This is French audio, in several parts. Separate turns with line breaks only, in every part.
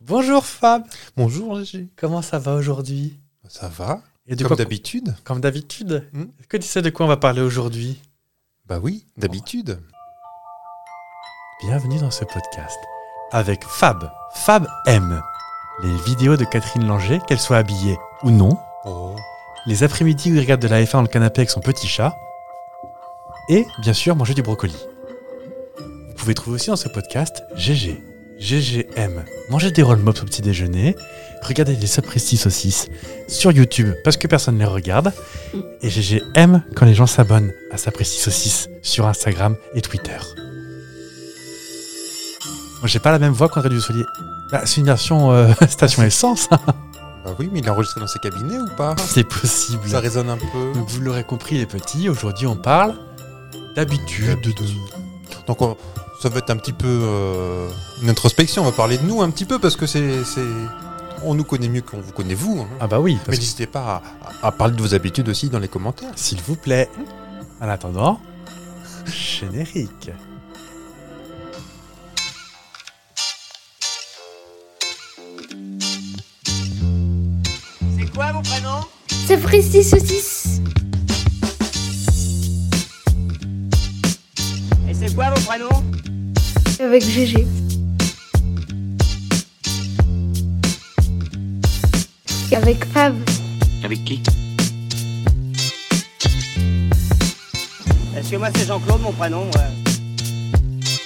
Bonjour Fab,
Bonjour Gégé.
comment ça va aujourd'hui
Ça va
Et de
Comme
quoi-
d'habitude
Comme d'habitude.
Hmm
Est-ce que tu sais de quoi on va parler aujourd'hui
Bah oui, d'habitude.
Bienvenue dans ce podcast avec Fab. Fab aime les vidéos de Catherine Langer, qu'elle soit habillée ou non,
Oh.
les après-midi où il regarde de la F1 dans le canapé avec son petit chat, et bien sûr manger du brocoli. Vous pouvez trouver aussi dans ce podcast GG, GGM, manger des roll mops au petit déjeuner, regarder des sapristi saucisses sur YouTube parce que personne ne les regarde, et GGM quand les gens s'abonnent à sapristi saucisses sur Instagram et Twitter. Moi j'ai pas la même voix qu'André Dussolier. Bah, c'est une version euh, station essence, hein,
Bah oui, mais il est enregistré dans ses cabinets ou pas
c'est possible.
Ça résonne un peu.
Donc vous l'aurez compris les petits, aujourd'hui on parle d'habitude.
Donc on- ça va être un petit peu euh, une introspection. On va parler de nous un petit peu parce que c'est. c'est- On nous connaît mieux qu'on vous connaît vous. hein.
Ah bah oui,
mais
parce que-
n'hésitez pas à, à- à parler de vos habitudes aussi dans les commentaires.
s'il vous plaît. En attendant, générique.
C'est quoi vos prénoms
Ça précise saucisse.
Et c'est quoi vos prénoms
Avec GG. Avec Fab.
Avec qui
Parce que moi c'est Jean-Claude mon prénom. ouais.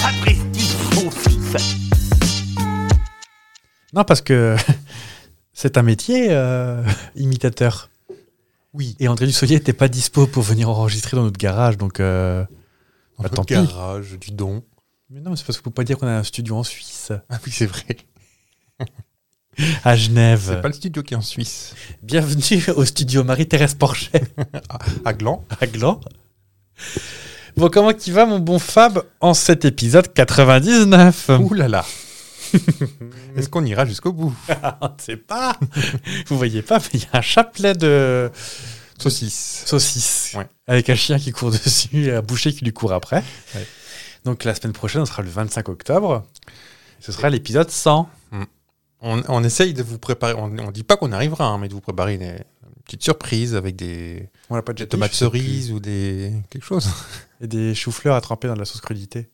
Sapristi saucisse
Non, parce que c'est un métier euh, imitateur.
Oui.
Et André Dussolier n'était pas dispo pour venir enregistrer dans notre garage, donc... euh, bah, tant
Votre
pis.
garage, du don.
Mais non, mais c'est parce qu'on peut pas dire qu'on a un studio en Suisse,
Ah oui, c'est vrai.
à
C'est
Genève.
pas le studio qui est en Suisse.
Bienvenue au studio Marie-Thérèse Porchet
À Gland.
à Gland. Bon, comment tu vas, mon bon Fab, en cet épisode 99
Ouh là là. Est-ce qu'on ira jusqu'au bout
On ne sait Ah, pas. Vous voyez pas, mais il y a un chapelet de
Saucisse.
saucisses
Ouais.
avec un chien qui court dessus et un boucher qui lui court après.
Ouais.
Donc la semaine prochaine, on sera le 25 octobre. Ce sera l'épisode 100.
On, on essaye de vous préparer, on ne dit pas qu'on arrivera, hein, mais de vous préparer des petites surprises avec des,
On n'a pas
des tomates cerises ou des quelque chose.
Et des choux-fleurs à tremper dans de la sauce crudité.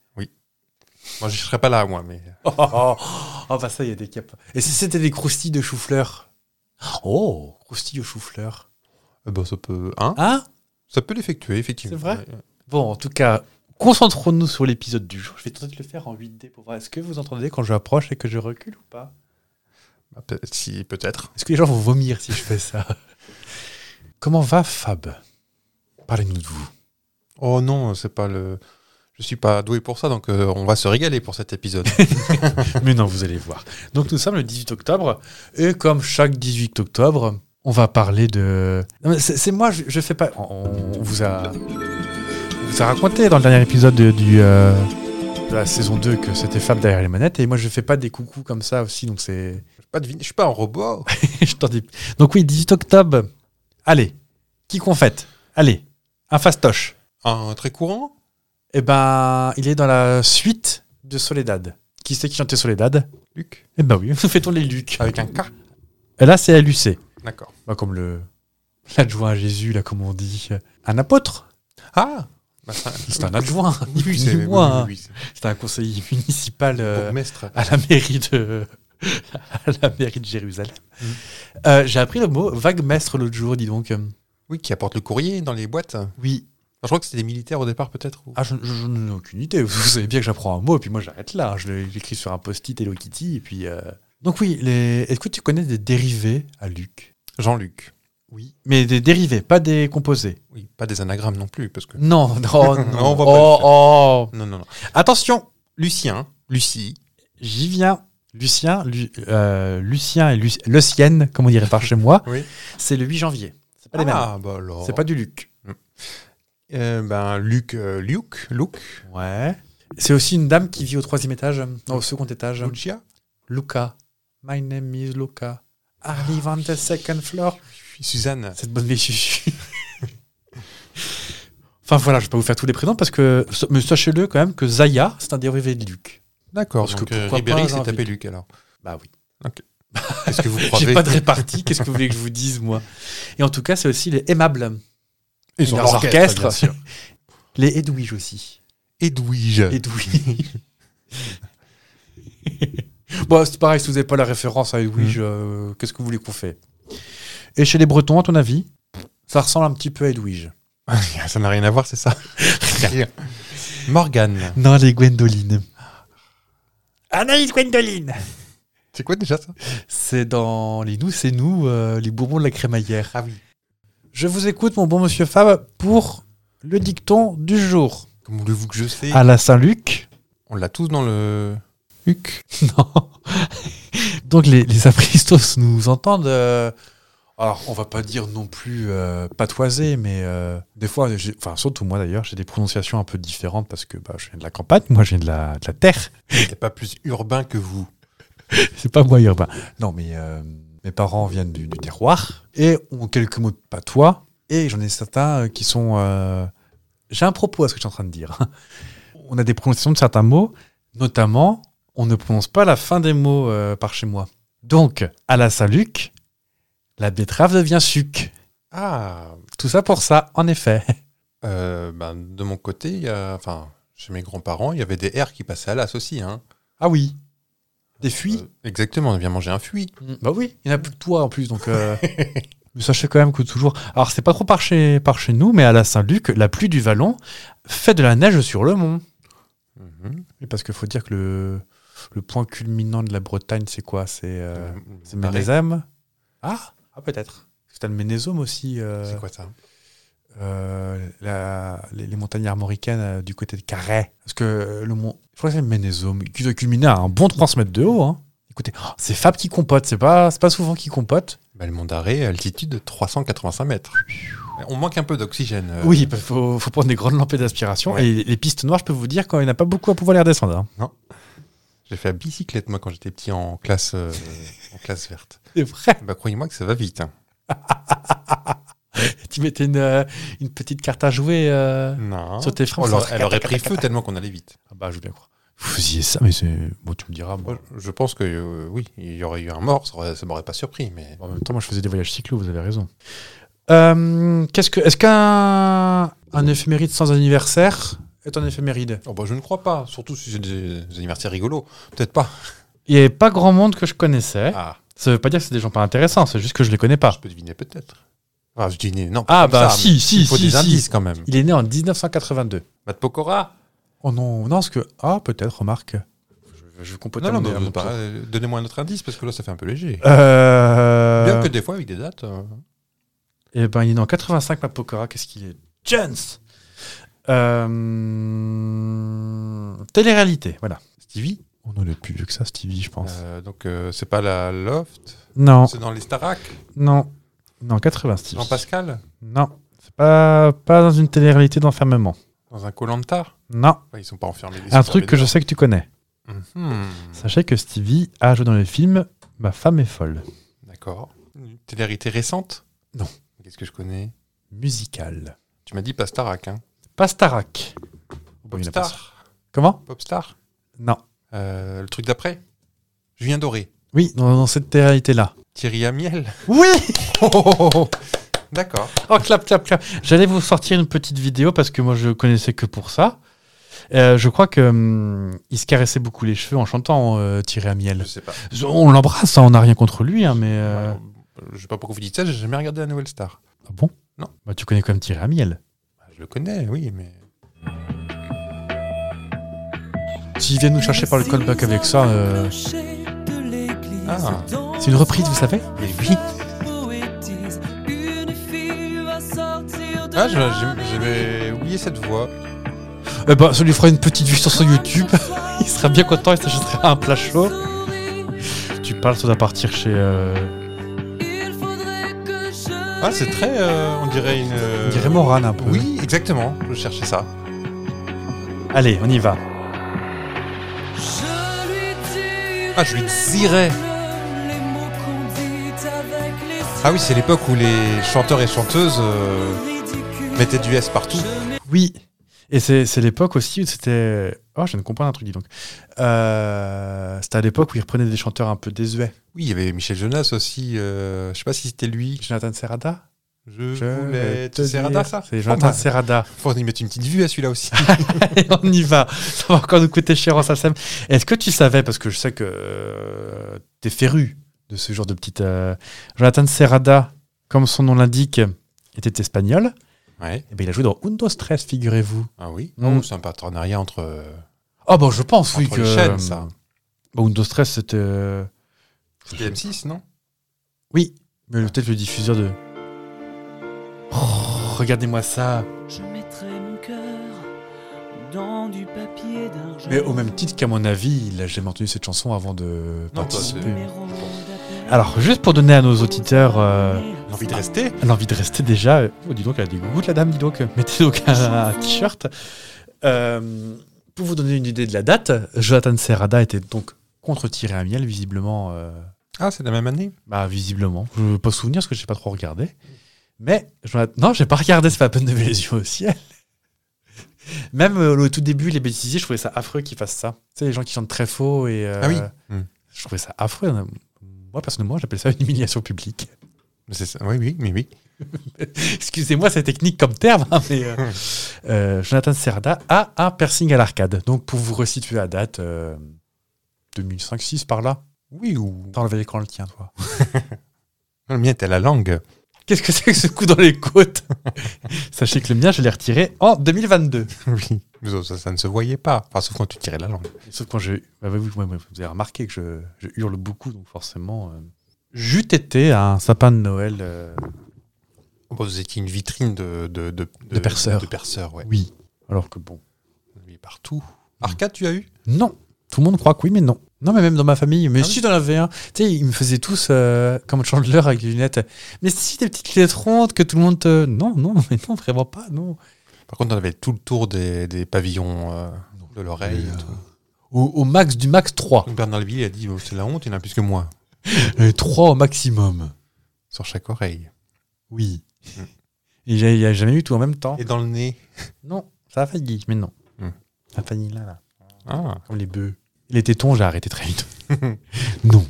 Moi, je serai pas là, moi, mais
Oh, oh, oh. Oh, bah ça, il y a des caps. Et si c'était des croustilles de choux-fleurs Oh Croustilles aux choux-fleurs.
euh, bon, ça peut, hein,
Hein
ça peut l'effectuer, effectivement. Euh,
C'est vrai
Ouais.
Bon, en tout cas, concentrons-nous sur l'épisode du jour. Je vais tenter de le faire en 8D pour voir. Est-ce que vous entendez quand je approche et que je recule ou pas
Bah, peut- si, peut-être.
Est-ce que les gens vont vomir si je fais ça Comment va Fab Parlez-nous de vous.
Oh non, c'est pas le, je suis pas doué pour ça, donc euh, on va se régaler pour cet épisode.
Mais non, vous allez voir. Donc nous sommes le 18 octobre, et comme chaque 18 octobre, on va parler de... Non, mais C'est c'est moi, je, je fais pas... On, on vous a... on vous a raconté dans le dernier épisode de, du, euh, de la saison 2 que c'était Fab derrière les manettes, et moi je fais pas des coucous comme ça aussi, donc c'est...
je suis pas devin- je suis pas un robot.
Je t'en dis. Donc oui, 18 octobre. Allez, qui qu'on fête Allez, un fastoche.
Un très courant.
Eh ben, il est dans la suite de Soledad. Qui c'est qui chantait Soledad
Luc.
Eh ben oui, nous fêtons les Lucs.
Avec un K.
Et là, c'est LUC.
D'accord.
Bah, comme le l'adjoint à Jésus, là, comme on dit. Un apôtre
Ah. Bah, ça-
C'est un adjoint, ni plus
c'est-
ni moins.
oui, oui, oui,
C'est un conseiller municipal
c'est
euh,
bourgmestre. Ah
à la mairie de... à la mairie de Jérusalem.
Mm.
Euh, J'ai appris le mot vague maître l'autre jour, dis donc.
Oui, qui apporte le courrier dans les boîtes. Enfin,
Oui,
je crois que c'était des militaires au départ, peut-être. ou-
Ah, je, je- je n'en ai aucune idée. Vous savez bien que j'apprends un mot, et puis moi j'arrête là. Je l'ai- je l'écris sur un post-it Hello Kitty, et puis. euh, Donc oui, les... est-ce que tu connais des dérivés à Luc
Jean-Luc.
Oui. Mais des dérivés, pas des composés.
Oui, pas des anagrammes non plus, parce que.
Non, non, non.
Non, on va pas
oh,
le
oh.
Non, non, non. Attention, Lucien, Lucie,
J'y viens. Lucien, Lu- euh, Lucien et Lu- le sienne, comme on dirait par chez moi,
Oui.
c'est le 8 janvier. C'est pas les mêmes.
Ah, bah alors.
C'est pas du Luc.
Euh, ben, Luc, euh, Luc, Luc,
Ouais. C'est aussi une dame qui vit au troisième étage, non, au second étage.
Lucia.
Luca. My name is Luca. I live on the second floor.
Suzanne.
Cette bonne vieille chuchu. Enfin voilà, je vais pas vous faire tous les présents parce que. Mais sachez-le quand même que Zaya, c'est un dérivé de Luc.
D'accord.
Parce
Parce
que
que
pourquoi
euh, Ribéry
pas,
s'est
j'ai
tapé
envie.
Luc alors.
Bah oui.
Qu'est-ce que vous
J'ai
croyez
pas de répartie, qu'est-ce que vous voulez que je vous dise, moi Et en tout cas, c'est aussi les aimables.
Ils ont
leurs
l'orchestre,
orchestres.
bien sûr.
Les Edwige aussi.
Edwige.
Edwige. bon, c'est pareil, si vous n'avez pas la référence à Edwige, euh, qu'est-ce que vous voulez qu'on fait Et chez les Bretons, à ton avis, ça ressemble un petit peu à Edwige.
Ça n'a rien à voir, c'est ça Rien. Morgane.
Non, les Gwendoline. Anaïs Gwendoline
C'est quoi déjà ça
C'est dans les nous, c'est nous, euh, les bourbons de la crémaillère.
Ah oui.
Je vous écoute, mon bon monsieur Fab, pour le dicton du jour.
Comme voulez-vous que je sais
À la Saint-Luc.
On l'a tous dans le. Huc.
Non. Donc les, les apristos nous entendent. euh, alors, on va pas dire non plus euh, patoiser, mais euh, des fois, j'ai- enfin surtout moi d'ailleurs, j'ai des prononciations un peu différentes parce que bah, je viens de la campagne, moi je viens de la, de la terre.
T'es pas plus urbain que vous.
C'est pas moi urbain. Non, mais euh, mes parents viennent du, du terroir et ont quelques mots de patois. Et j'en ai certains euh, qui sont. euh, j'ai un propos à ce que je suis en train de dire. On a des prononciations de certains mots, notamment, on ne prononce pas la fin des mots euh, par chez moi. Donc, à la Saint-Luc, la betterave devient suc.
Ah.
Tout ça pour ça, en effet.
euh, ben, de mon côté, il y a- enfin, chez mes grands-parents, il y avait des R qui passaient à l'as aussi. Hein.
Ah oui. Des fuites
Euh, exactement, on vient manger un fuit.
Bah oui, il n'y en a plus que toi en plus, donc. euh, mais sachez quand même que toujours. Alors, c'est pas trop par chez, par chez nous, mais à la Saint-Luc, la pluie du Vallon fait de la neige sur le mont.
Mhm.
Oui, parce qu'il faut dire que le, le point culminant de la Bretagne, c'est quoi C'est euh,
Euh,
c'est
pareil.
Ménésem Ah, ah peut-être. C'est le Ménésome aussi. euh,
C'est quoi ça
euh, la- les, les montagnes armoricaines euh, du côté de Carhaix. Parce que euh, le mont. Je crois que c'est le Ménésome, qui doit culminer à un bon 30 mètres de haut. hein. Écoutez, oh, c'est Fab qui compote, c'est pas, c'est pas souvent qui compote.
Ben, Le Mont d'Arrée, altitude de 385 mètres. On manque un peu d'oxygène. euh,
Oui, il faut, faut prendre des grandes lampées d'aspiration.
Ouais.
Et les pistes noires, je peux vous dire qu'il n'y en a pas beaucoup à pouvoir les redescendre. hein.
J'ai fait la bicyclette, moi, quand j'étais petit en classe, euh, en classe verte.
C'est vrai.
Bah, croyez-moi que ça va vite. hein.
Tu mettais une, euh, une petite carte à jouer. euh,
Non.
Sur tes freins,
Oh,
ça-
alors, elle aurait pris feu tellement qu'on allait vite.
Ah bah, je veux bien croire. Vous faisiez ça, mais c'est. Bon, tu me diras. moi.
Moi, Oh, je pense que euh, oui, il y aurait eu un mort, ça, aurait- ça m'aurait pas surpris, mais
En même temps, moi, je faisais des voyages cyclo, vous avez raison. Euh, qu'est-ce que, est-ce qu'un un éphéméride sans anniversaire est un éphéméride
oh, bah, je ne crois pas. Surtout si c'est des, des anniversaires rigolos, peut-être pas.
Il n'y avait pas grand monde que je connaissais.
Ah,
Ça ne veut pas dire que c'est des gens pas intéressants, c'est juste que je les connais
je
pas.
peux deviner peut-être. Enfin, je dis non. pas
Ah
comme
bah
ça, mais
si, si,
Il faut
si,
des
si.
indices quand même.
Il est né en 1982.
Matt Pokora.
Oh non, non, ce que. Ah, peut-être, remarque. Je, je compote
Non,
un
non,
des-
non,
un
non,
bon
pas-
tour.
euh, donnez-moi un autre indice parce que là, ça fait un peu léger.
Euh,
Bien que des fois avec des dates. euh,
Eh ben, il est né en 85, ma Pokora. Qu'est-ce qu'il est Jones euh... Télé-réalité, voilà. Stevie Oh, On ne l'a plus vieux que ça, Stevie, je pense.
euh, donc, euh, c'est pas la Loft.
non,
C'est dans les Starak.
non, non, 80, Stevie.
Jean-Pascal.
Non, c'est pas, pas dans une télé-réalité d'enfermement.
Dans un Colanta
Non,
Ils sont pas enfermés. les
un truc que je
superviseurs.
sais que tu connais.
Mhm.
Sachez que Stevie a joué dans le film Ma femme est folle.
D'accord. Une télérité récente
Non.
Qu'est-ce que je connais
Musical.
Tu m'as dit pas Starak, hein
Pastarac. Bon, il a pas ça.
Popstar.
Comment
Popstar.
Non.
Euh, le truc d'après Julien Doré.
Oui, dans, dans cette télé-réalité-là.
Thierry Amiel. Oh,
Oui
D'accord.
Oh, clap, clap, clap. J'allais vous sortir une petite vidéo parce que moi, je connaissais que pour ça. Euh, je crois que hum, il se caressait beaucoup les cheveux en chantant euh, Tiré à
Je
miel.
sais pas.
On l'embrasse, hein, on n'a rien contre lui, hein, mais. euh,
Euh, Je sais pas pourquoi vous dites ça, j'ai jamais regardé la nouvelle star.
ah bon
Non.
Bah, tu connais quand même Tiré à miel.
Je le connais, oui, mais.
S'ils viennent nous chercher par le callback avec ça, euh,
Ah.
c'est une reprise, vous savez
Mais oui Ah, je- j'ai- j'avais oublié cette voix.
Eh ben, ça lui fera une petite vue sur son YouTube. il sera bien content, il s'achètera un plat chaud. Tu parles, ça doit partir chez. euh,
Ah, c'est très. euh, on dirait une. euh,
on dirait Morane un peu.
Oui, exactement. Je cherchais ça.
Allez, on y va.
Ah, je lui dirais. Ah oui, c'est l'époque où les chanteurs et chanteuses euh, Mettez du S partout.
Oui. Et c'est c'est l'époque aussi où c'était. Oh, je viens de comprendre un truc, dis donc. Euh, c'était à l'époque où ils reprenaient des chanteurs un peu désuets.
Oui, il y avait Michel Jonas aussi. euh, je sais pas si c'était lui.
Jonathan Serrada
Je,
Je vais
voulais
te
te Serrada,
dire.
ça
C'est
Oh,
Jonathan
bah,
Serrada.
Faut y mettre une petite vue à celui-là aussi.
Et on y va. Ça va encore nous coûter cher en SACEM. Est-ce que tu savais, parce que je sais que euh, t'es féru de ce genre de petite. euh, Jonathan Serrada, comme son nom l'indique, était espagnol.
ouais.
Eh ben, il a joué dans Undo Stress, figurez-vous.
Ah oui.
Mm.
Oh, c'est un partenariat entre, euh,
Ah bon, je pense, oui.
entre
que,
les chaînes, ça.
Bah, Undo Stress, c'était. euh,
C'était M6, non
Oui, mais peut-être le diffuseur de. Oh, regardez-moi ça.
Je mettrai mon cœur dans du papier d'argent.
Mais au même titre qu'à mon avis, il a jamais entendu cette chanson avant de
Non,
participer.
bah,
Numéro d'appel.
Alors, juste pour donner à nos auditeurs euh,
J'ai envie de rester.
l'envie de rester déjà. euh, Oh, dis donc, elle a des goûts, la dame, dis donc. Mettez donc un, un t-shirt. Euh, pour vous donner une idée de la date, Jonathan Serrada était donc contre Thierry Amiel, visiblement. euh,
Ah, c'est de la même année
bah, visiblement. Je ne veux pas souvenir parce que je n'ai pas trop
Mm.
regardé. Mais, Jonathan- non, j'ai pas regardé, c'est pas la peine de lever les yeux au ciel. Même euh, au tout début, les bêtisiers, je trouvais ça affreux qu'ils fassent ça. Tu sais, les gens qui chantent très faux et. euh,
Ah oui. Mm.
Je trouvais ça affreux. Moi, personnellement, j'appelle ça une humiliation publique.
Mais c'est ça. Oui, oui, mais oui.
Excusez-moi, c'est technique comme terme, hein, mais euh, euh, Jonathan Serda a un piercing à l'arcade. Donc, pour vous resituer à date, euh, 2005-6 par là.
Oui, ou.
T'as enlevé l'écran le tien, toi.
Non, Le mien était à la langue.
Qu'est-ce que c'est que ce coup dans les côtes Sachez que le mien, je l'ai retiré en 2022.
oui. Mais ça, ça ne se voyait pas. Enfin, sauf quand tu tirais la langue.
Sauf quand je. bah oui, oui, oui, oui, vous avez remarqué que je, je hurle beaucoup, donc forcément. euh, J'eût été à un sapin de Noël. euh,
Bon, vous étiez une vitrine de, de, de,
De perceurs.
De perceurs, ouais.
Oui. Alors que bon.
Il est partout. Arcade, tu as eu
Non. Tout le monde croit que oui, mais non. Non, mais même dans ma famille. Mais
Ah
si, dans la V1. Tu sais, ils me faisaient tous, euh, comme Chandler avec les lunettes. Mais si, des petites lettres rondes que tout le monde te. Non, non, mais non, vraiment pas, non.
Par contre, on avait tout le tour des, des pavillons euh, de l'oreille.
Mais,
et tout.
euh, Au, au max du max 3.
Donc Bernard Lévy a dit oh, c'est la honte, il y en a plus que moi
Euh, 3 au maximum.
sur chaque oreille.
Oui. Il n'y a, jamais eu tout en même temps.
Et dans le nez.
Non, ça a failli, mais non.
Hmm.
Ça a failli là, là.
Ah,
Comme les bœufs. Les tétons, j'ai arrêté très vite. non.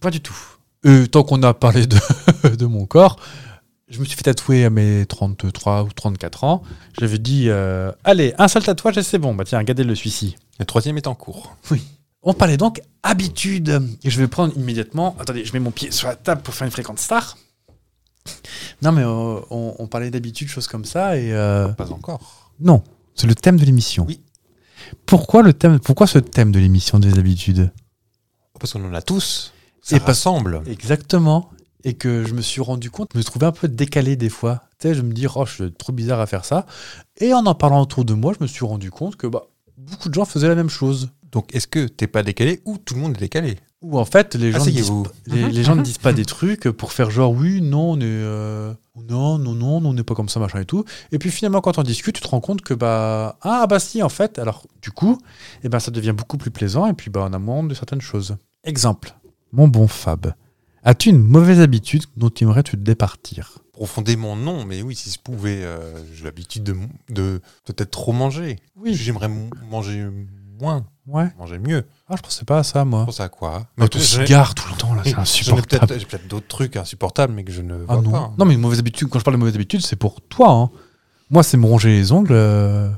Pas du tout. Euh, tant qu'on a parlé de, de mon corps, je me suis fait tatouer à mes 33 ou 34 ans. J'avais dit, euh, allez, un seul tatouage et c'est bon. Bah tiens, regardez-le celui-ci.
le troisième est en cours.
On parlait donc habitude. Et je vais prendre immédiatement. Attendez, je mets mon pied sur la table pour faire une fréquence star. Non, mais euh, on, on parlait d'habitude, choses comme ça. Et euh,
Pas encore.
non, c'est le thème de l'émission.
Oui.
Pourquoi, le thème, pourquoi ce thème de l'émission des habitudes
Parce qu'on en a tous. Ça
Et pas-
rassemble.
Exactement. Et que je me suis rendu compte, je me trouvais un peu décalé des fois. Tu sais, je me dis, oh, je suis trop bizarre à faire ça. Et en en parlant autour de moi, je me suis rendu compte que bah, beaucoup de gens faisaient la même chose.
Donc, est-ce que t'es pas décalé ou tout le monde est décalé
Ou en fait, les gens, ne disent,
Asseyez-vous.
les, les gens ne disent pas des trucs pour faire genre, oui, non, on est. euh, non, non, non, on n'est pas comme ça, machin et tout. Et puis finalement, quand on discute, tu te rends compte que, bah. Ah, bah si, en fait. Alors, du coup, eh ben, ça devient beaucoup plus plaisant et puis bah, on a moins de certaines choses. Exemple. Mon bon Fab, as-tu une mauvaise habitude dont tu aimerais te départir
Profondément, non. Mais oui, si je pouvais, euh, j'ai l'habitude de, m- de peut-être trop manger.
Oui.
J'aimerais m- manger moins,
Ouais.
manger mieux.
Ah, je pensais pas à ça, moi.
Pour ça, quoi
Ah, ton
J'en ai-
cigare tout le temps, là, c'est
j'en ai
insupportable.
peut-être- J'ai peut-être d'autres trucs insupportables, mais que je ne
Ah
vois
non.
pas. hein.
Non, mais une mauvaise habitude, quand je parle de mauvaise habitude, c'est pour toi. hein. Moi, c'est me ronger les ongles. euh,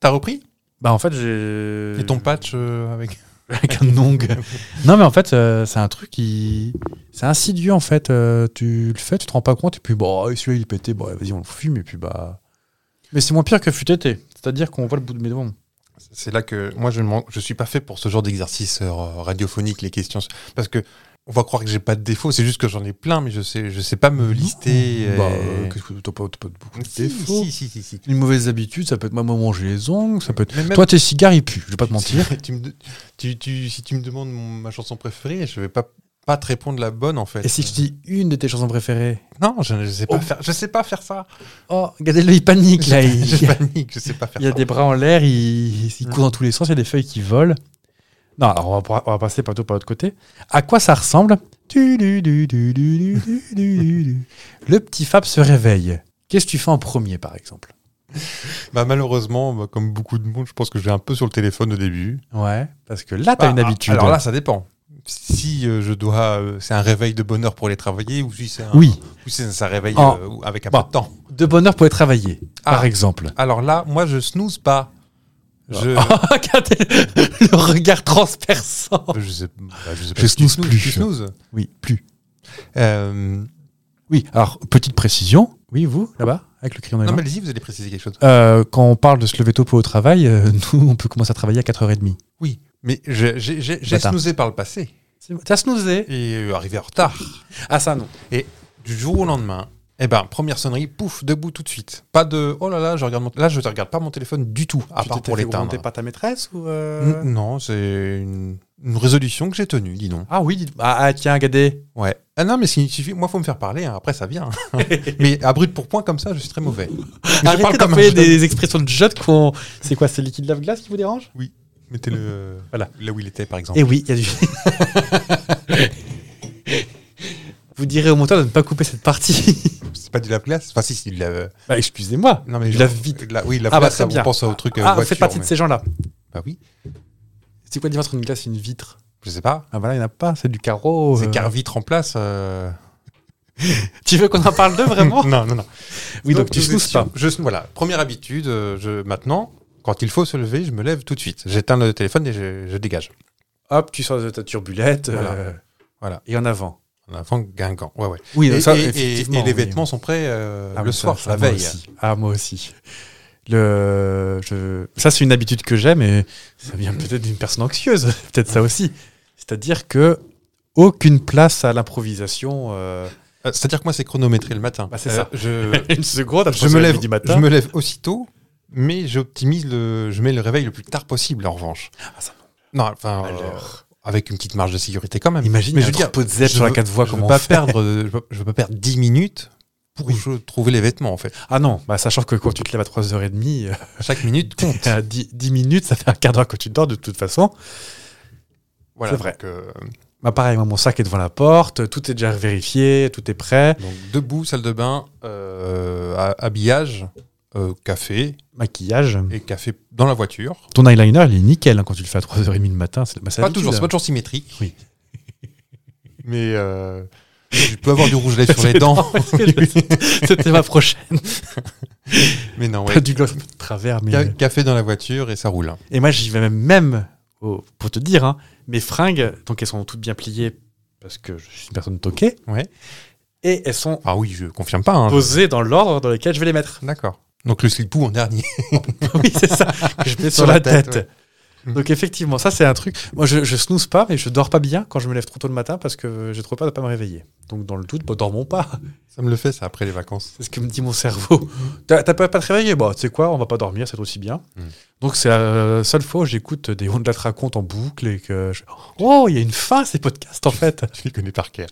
T'as repris
Bah en fait j'ai.
Et ton patch euh, avec.
Avec un ongle. non mais en fait euh, c'est un truc qui. C'est insidieux en fait. euh, tu le fais, tu te rends pas compte et puis bon, oh, celui-là il est pété, bon vas-y on le fume et puis bah. Mais c'est moins pire que fut été. C'est-à-dire qu'on voit le bout de mes doigts.
C'est là que moi je ne je suis pas fait pour ce genre d'exercice euh, radiophonique, les questions, parce que on va croire que j'ai pas de défauts, c'est juste que j'en ai plein, mais je sais je sais pas me lister.
Bah,
euh,
euh, qu'est-ce que- t'as pas, t'as pas de beaucoup de
si,
défauts.
si, si, si, si.
Une mauvaise habitude, ça peut être moi moi, manger les ongles, ça peut être.
Mais même-
Toi tes cigares ils puent, je vais pas te mentir.
tu me de- tu- tu- si tu me demandes mon- ma chanson préférée, je vais pas pas te répondre la bonne en fait.
Et si je dis une de tes chansons préférées
non, je ne sais pas
Oh.
faire, je sais pas faire ça.
Oh, regardez-le, il panique là. il-
je panique, je sais pas faire
Il y a
ça.
des bras en l'air, il, il court dans tous les sens, il y a des feuilles qui volent. Non, alors on va, on va passer plutôt par l'autre côté. À quoi ça ressemble Tu, du, du, du, du, du, du, du, du, du. Le petit Fab se réveille. Qu'est-ce que tu fais en premier, par exemple
Bah, malheureusement, bah, comme beaucoup de monde, je pense que je vais un peu sur le téléphone au début.
Ouais, parce que là, t'as
Bah,
une
ah,
habitude.
Alors là, ça dépend. Si euh, je dois, euh, c'est un réveil de bonheur pour les travailler ou si c'est un,
oui, Ah. Bah.
ou si c'est un réveil
En-
euh, avec un
Bon.
peu de temps.
de bonheur pour les travailler, par
Ah.
exemple.
Alors là, moi, je snooze pas. Je,
Regardez le regard transperçant.
je sais, bah, je sais pas
Oh. Je
si tu
snooze plus.
Tu snoozes.
Oui, plus.
Euh,
Oui, alors, petite précision. Oui, vous, là-bas, avec le crayon dans les
non,
mains.
mais allez-y, vous allez préciser quelque chose.
Euh, quand on parle de se lever tôt pour le travail, euh, nous, on peut commencer à travailler à 4h30.
Oui, mais je- j'ai j'ai- j'ai
Bâtard.
snoozé par le passé
T'as snoozé
et euh, arrivé en retard.
Ah, ça, non.
Du jour au lendemain, eh ben, première sonnerie, pouf, debout tout de suite. Pas de, oh là là, je regarde mon, là, je ne regarde pas mon téléphone du tout, à part pour l'éteindre.
pas ta maîtresse ou euh, Mm,
N- Non, c'est une, une résolution que j'ai tenue, dis donc.
Ah oui, dites- ah, ah, tiens, regardez.
Ouais. Ah non, mais il suffit. Moi, faut me faire parler. hein, Après, ça vient. mais à brut pour point comme ça, je suis très mauvais. Je
Arrêtez
parle comme un
d'employer
jeune.
des expressions de jeunes qu'on... C'est quoi, c'est le liquide lave-glace qui vous dérange
Mettez-le euh,
Voilà.
là où il était, par exemple.
Eh oui, il y a du... vous direz au monteur de ne pas couper cette partie.
C'est pas du lave-glace. Enfin, si, c'est du lave.
bah, excusez-moi.
Non, mais
Du
genre,
lave-vite.
euh, la- oui,
Ah,
lave-glace.
bah,
ça,
très bien.
on pense au truc euh,
ah, vous
voiture.
faites partie de
mais-
ces gens-là.
Bah oui.
C'est quoi la différence entre une glace et une vitre
Je sais pas.
Ah voilà, il n'y en a pas, c'est du carreau.
C'est
euh.
car vitre en place. euh,
Tu veux qu'on en parle d'eux, vraiment
Non, non, non.
Oui, donc, tu
nous
snoozes pas.
Je, voilà, première habitude, euh, je, maintenant, quand il faut se lever, je me lève tout de suite. J'éteins le téléphone et je, je dégage.
Hop, tu sors de ta turbulette.
Voilà.
euh,
Voilà.
Et en avant.
En avant, guingamp. Ouais, ouais.
Oui,
et,
ça,
et- et-
effectivement,
et les
oui.
vêtements sont prêts euh,
Ah oui,
le
ça,
soir,
ça,
la
moi
veille.
aussi. Ah, moi aussi. Le, je- Ça, c'est une habitude que j'ai, mais ça vient peut-être d'une personne anxieuse. peut-être ça aussi. C'est-à-dire que aucune place à l'improvisation. euh,
Euh, C'est-à-dire que moi, c'est chronométré le matin.
Bah, c'est
Euh,
ça.
Je,
Une seconde, après
je me lève,
du
je
matin.
me lève aussitôt, mais j'optimise le, je mets le réveil le plus tard possible. En revanche,
Ah, ça
non, enfin, euh, avec une petite marge de sécurité quand même.
Imagine, mais
Mais je
je
veux dire,
pot de zèbre
je
sur la
veux-
4 voies,
je veux
comment on
pas
fait
perdre, euh, je veux, je veux pas perdre 10 minutes pour je- trouver les vêtements en fait.
Ah non, bah, sachant que quand tu te lèves à 3h30, euh,
Chaque minute compte.
à 10, 10 minutes, ça fait un quart d'heure que tu dors de toute façon.
voilà.
c'est vrai.
Donc, euh,
Bah, pareil, moi, mon sac est devant la porte, tout est déjà vérifié, tout est prêt.
donc, debout, salle de bain, euh, ha- habillage, euh, café
Maquillage.
et café dans la voiture.
Ton eyeliner, il est nickel hein, quand tu le fais à 3h30 le matin. C'est bah, c'est
Pas
l'habitude,
toujours, c'est
hein.
pas toujours symétrique.
Oui.
Mais euh, je peux avoir du rouge à lèvres sur les dents.
C'était ma prochaine.
Mais non, ouais.
Pas du gloss un peu de travers. Mais... euh,
Ca- Café dans la voiture et ça roule.
Et moi, j'y vais même, même au- pour te dire, hein, mes fringues, donc elles sont toutes bien pliées parce que je suis une personne toquée.
Ouais.
Et elles sont
Ah oui, je confirme pas. hein.
posées dans l'ordre dans lequel je vais les mettre.
D'accord. Donc le slipou en dernier.
oui, c'est ça. Que je mets sur,
Sur la
la
tête,
tête.
ouais.
Donc effectivement, ça c'est un truc. Moi, je, je snooze pas, mais je dors pas bien quand je me lève trop tôt le matin parce que j'ai trop peur de pas me réveiller. Donc dans le doute, bah, dormons pas.
Ça me le fait, ça, après les vacances.
C'est ce que me dit mon
Mhm.
cerveau. T'as t'as peur de pas te réveiller Bon, tu sais quoi, on va pas dormir, c'est aussi bien.
Mm.
Donc, c'est la euh, seule fois où j'écoute des Honda raconte en boucle et que je... Oh, il y a une fin à ces podcasts, en fait.
Je les connais par cœur.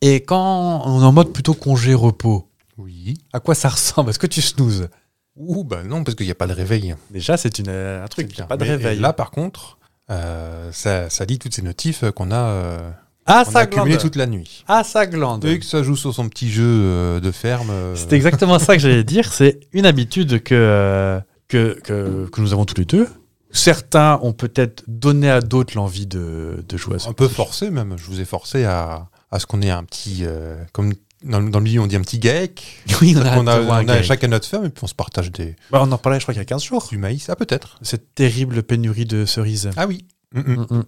Et quand on est en mode plutôt congé-repos,
Oui.
à quoi ça ressemble Est-ce que tu snoozes
Ouh, bah non, parce qu'il n'y a pas de réveil.
Déjà, c'est une, euh, un truc,
C'est
il y a
bien.
pas de
Mais
réveil.
Là, par contre, euh, ça, ça lit toutes ces notifs euh, qu'on a, euh,
ah,
qu'on a
ça
accumulées
glande
toute la nuit.
Ah, ça glande
Dès que ça joue sur son petit jeu euh, de ferme. euh,
C'est exactement ça que j'allais dire. C'est une habitude que, euh, que, que, que nous avons tous les deux. Certains ont peut-être donné à d'autres l'envie de, de jouer à ce
Un peu
jeu.
forcé, même. Je vous ai forcé à, à ce qu'on ait un petit. euh, comme dans, le- dans le milieu, on dit un petit GAEC.
Oui, on a,
On a,
de voir Ah, un
on a
gag.
chacun notre ferme et puis on se partage des,
Bah, on en parlait, je crois, qu'il y a 15 jours.
du maïs. Ah, peut-être.
Cette terrible pénurie de cerises.
Ah oui.
Mm, mm.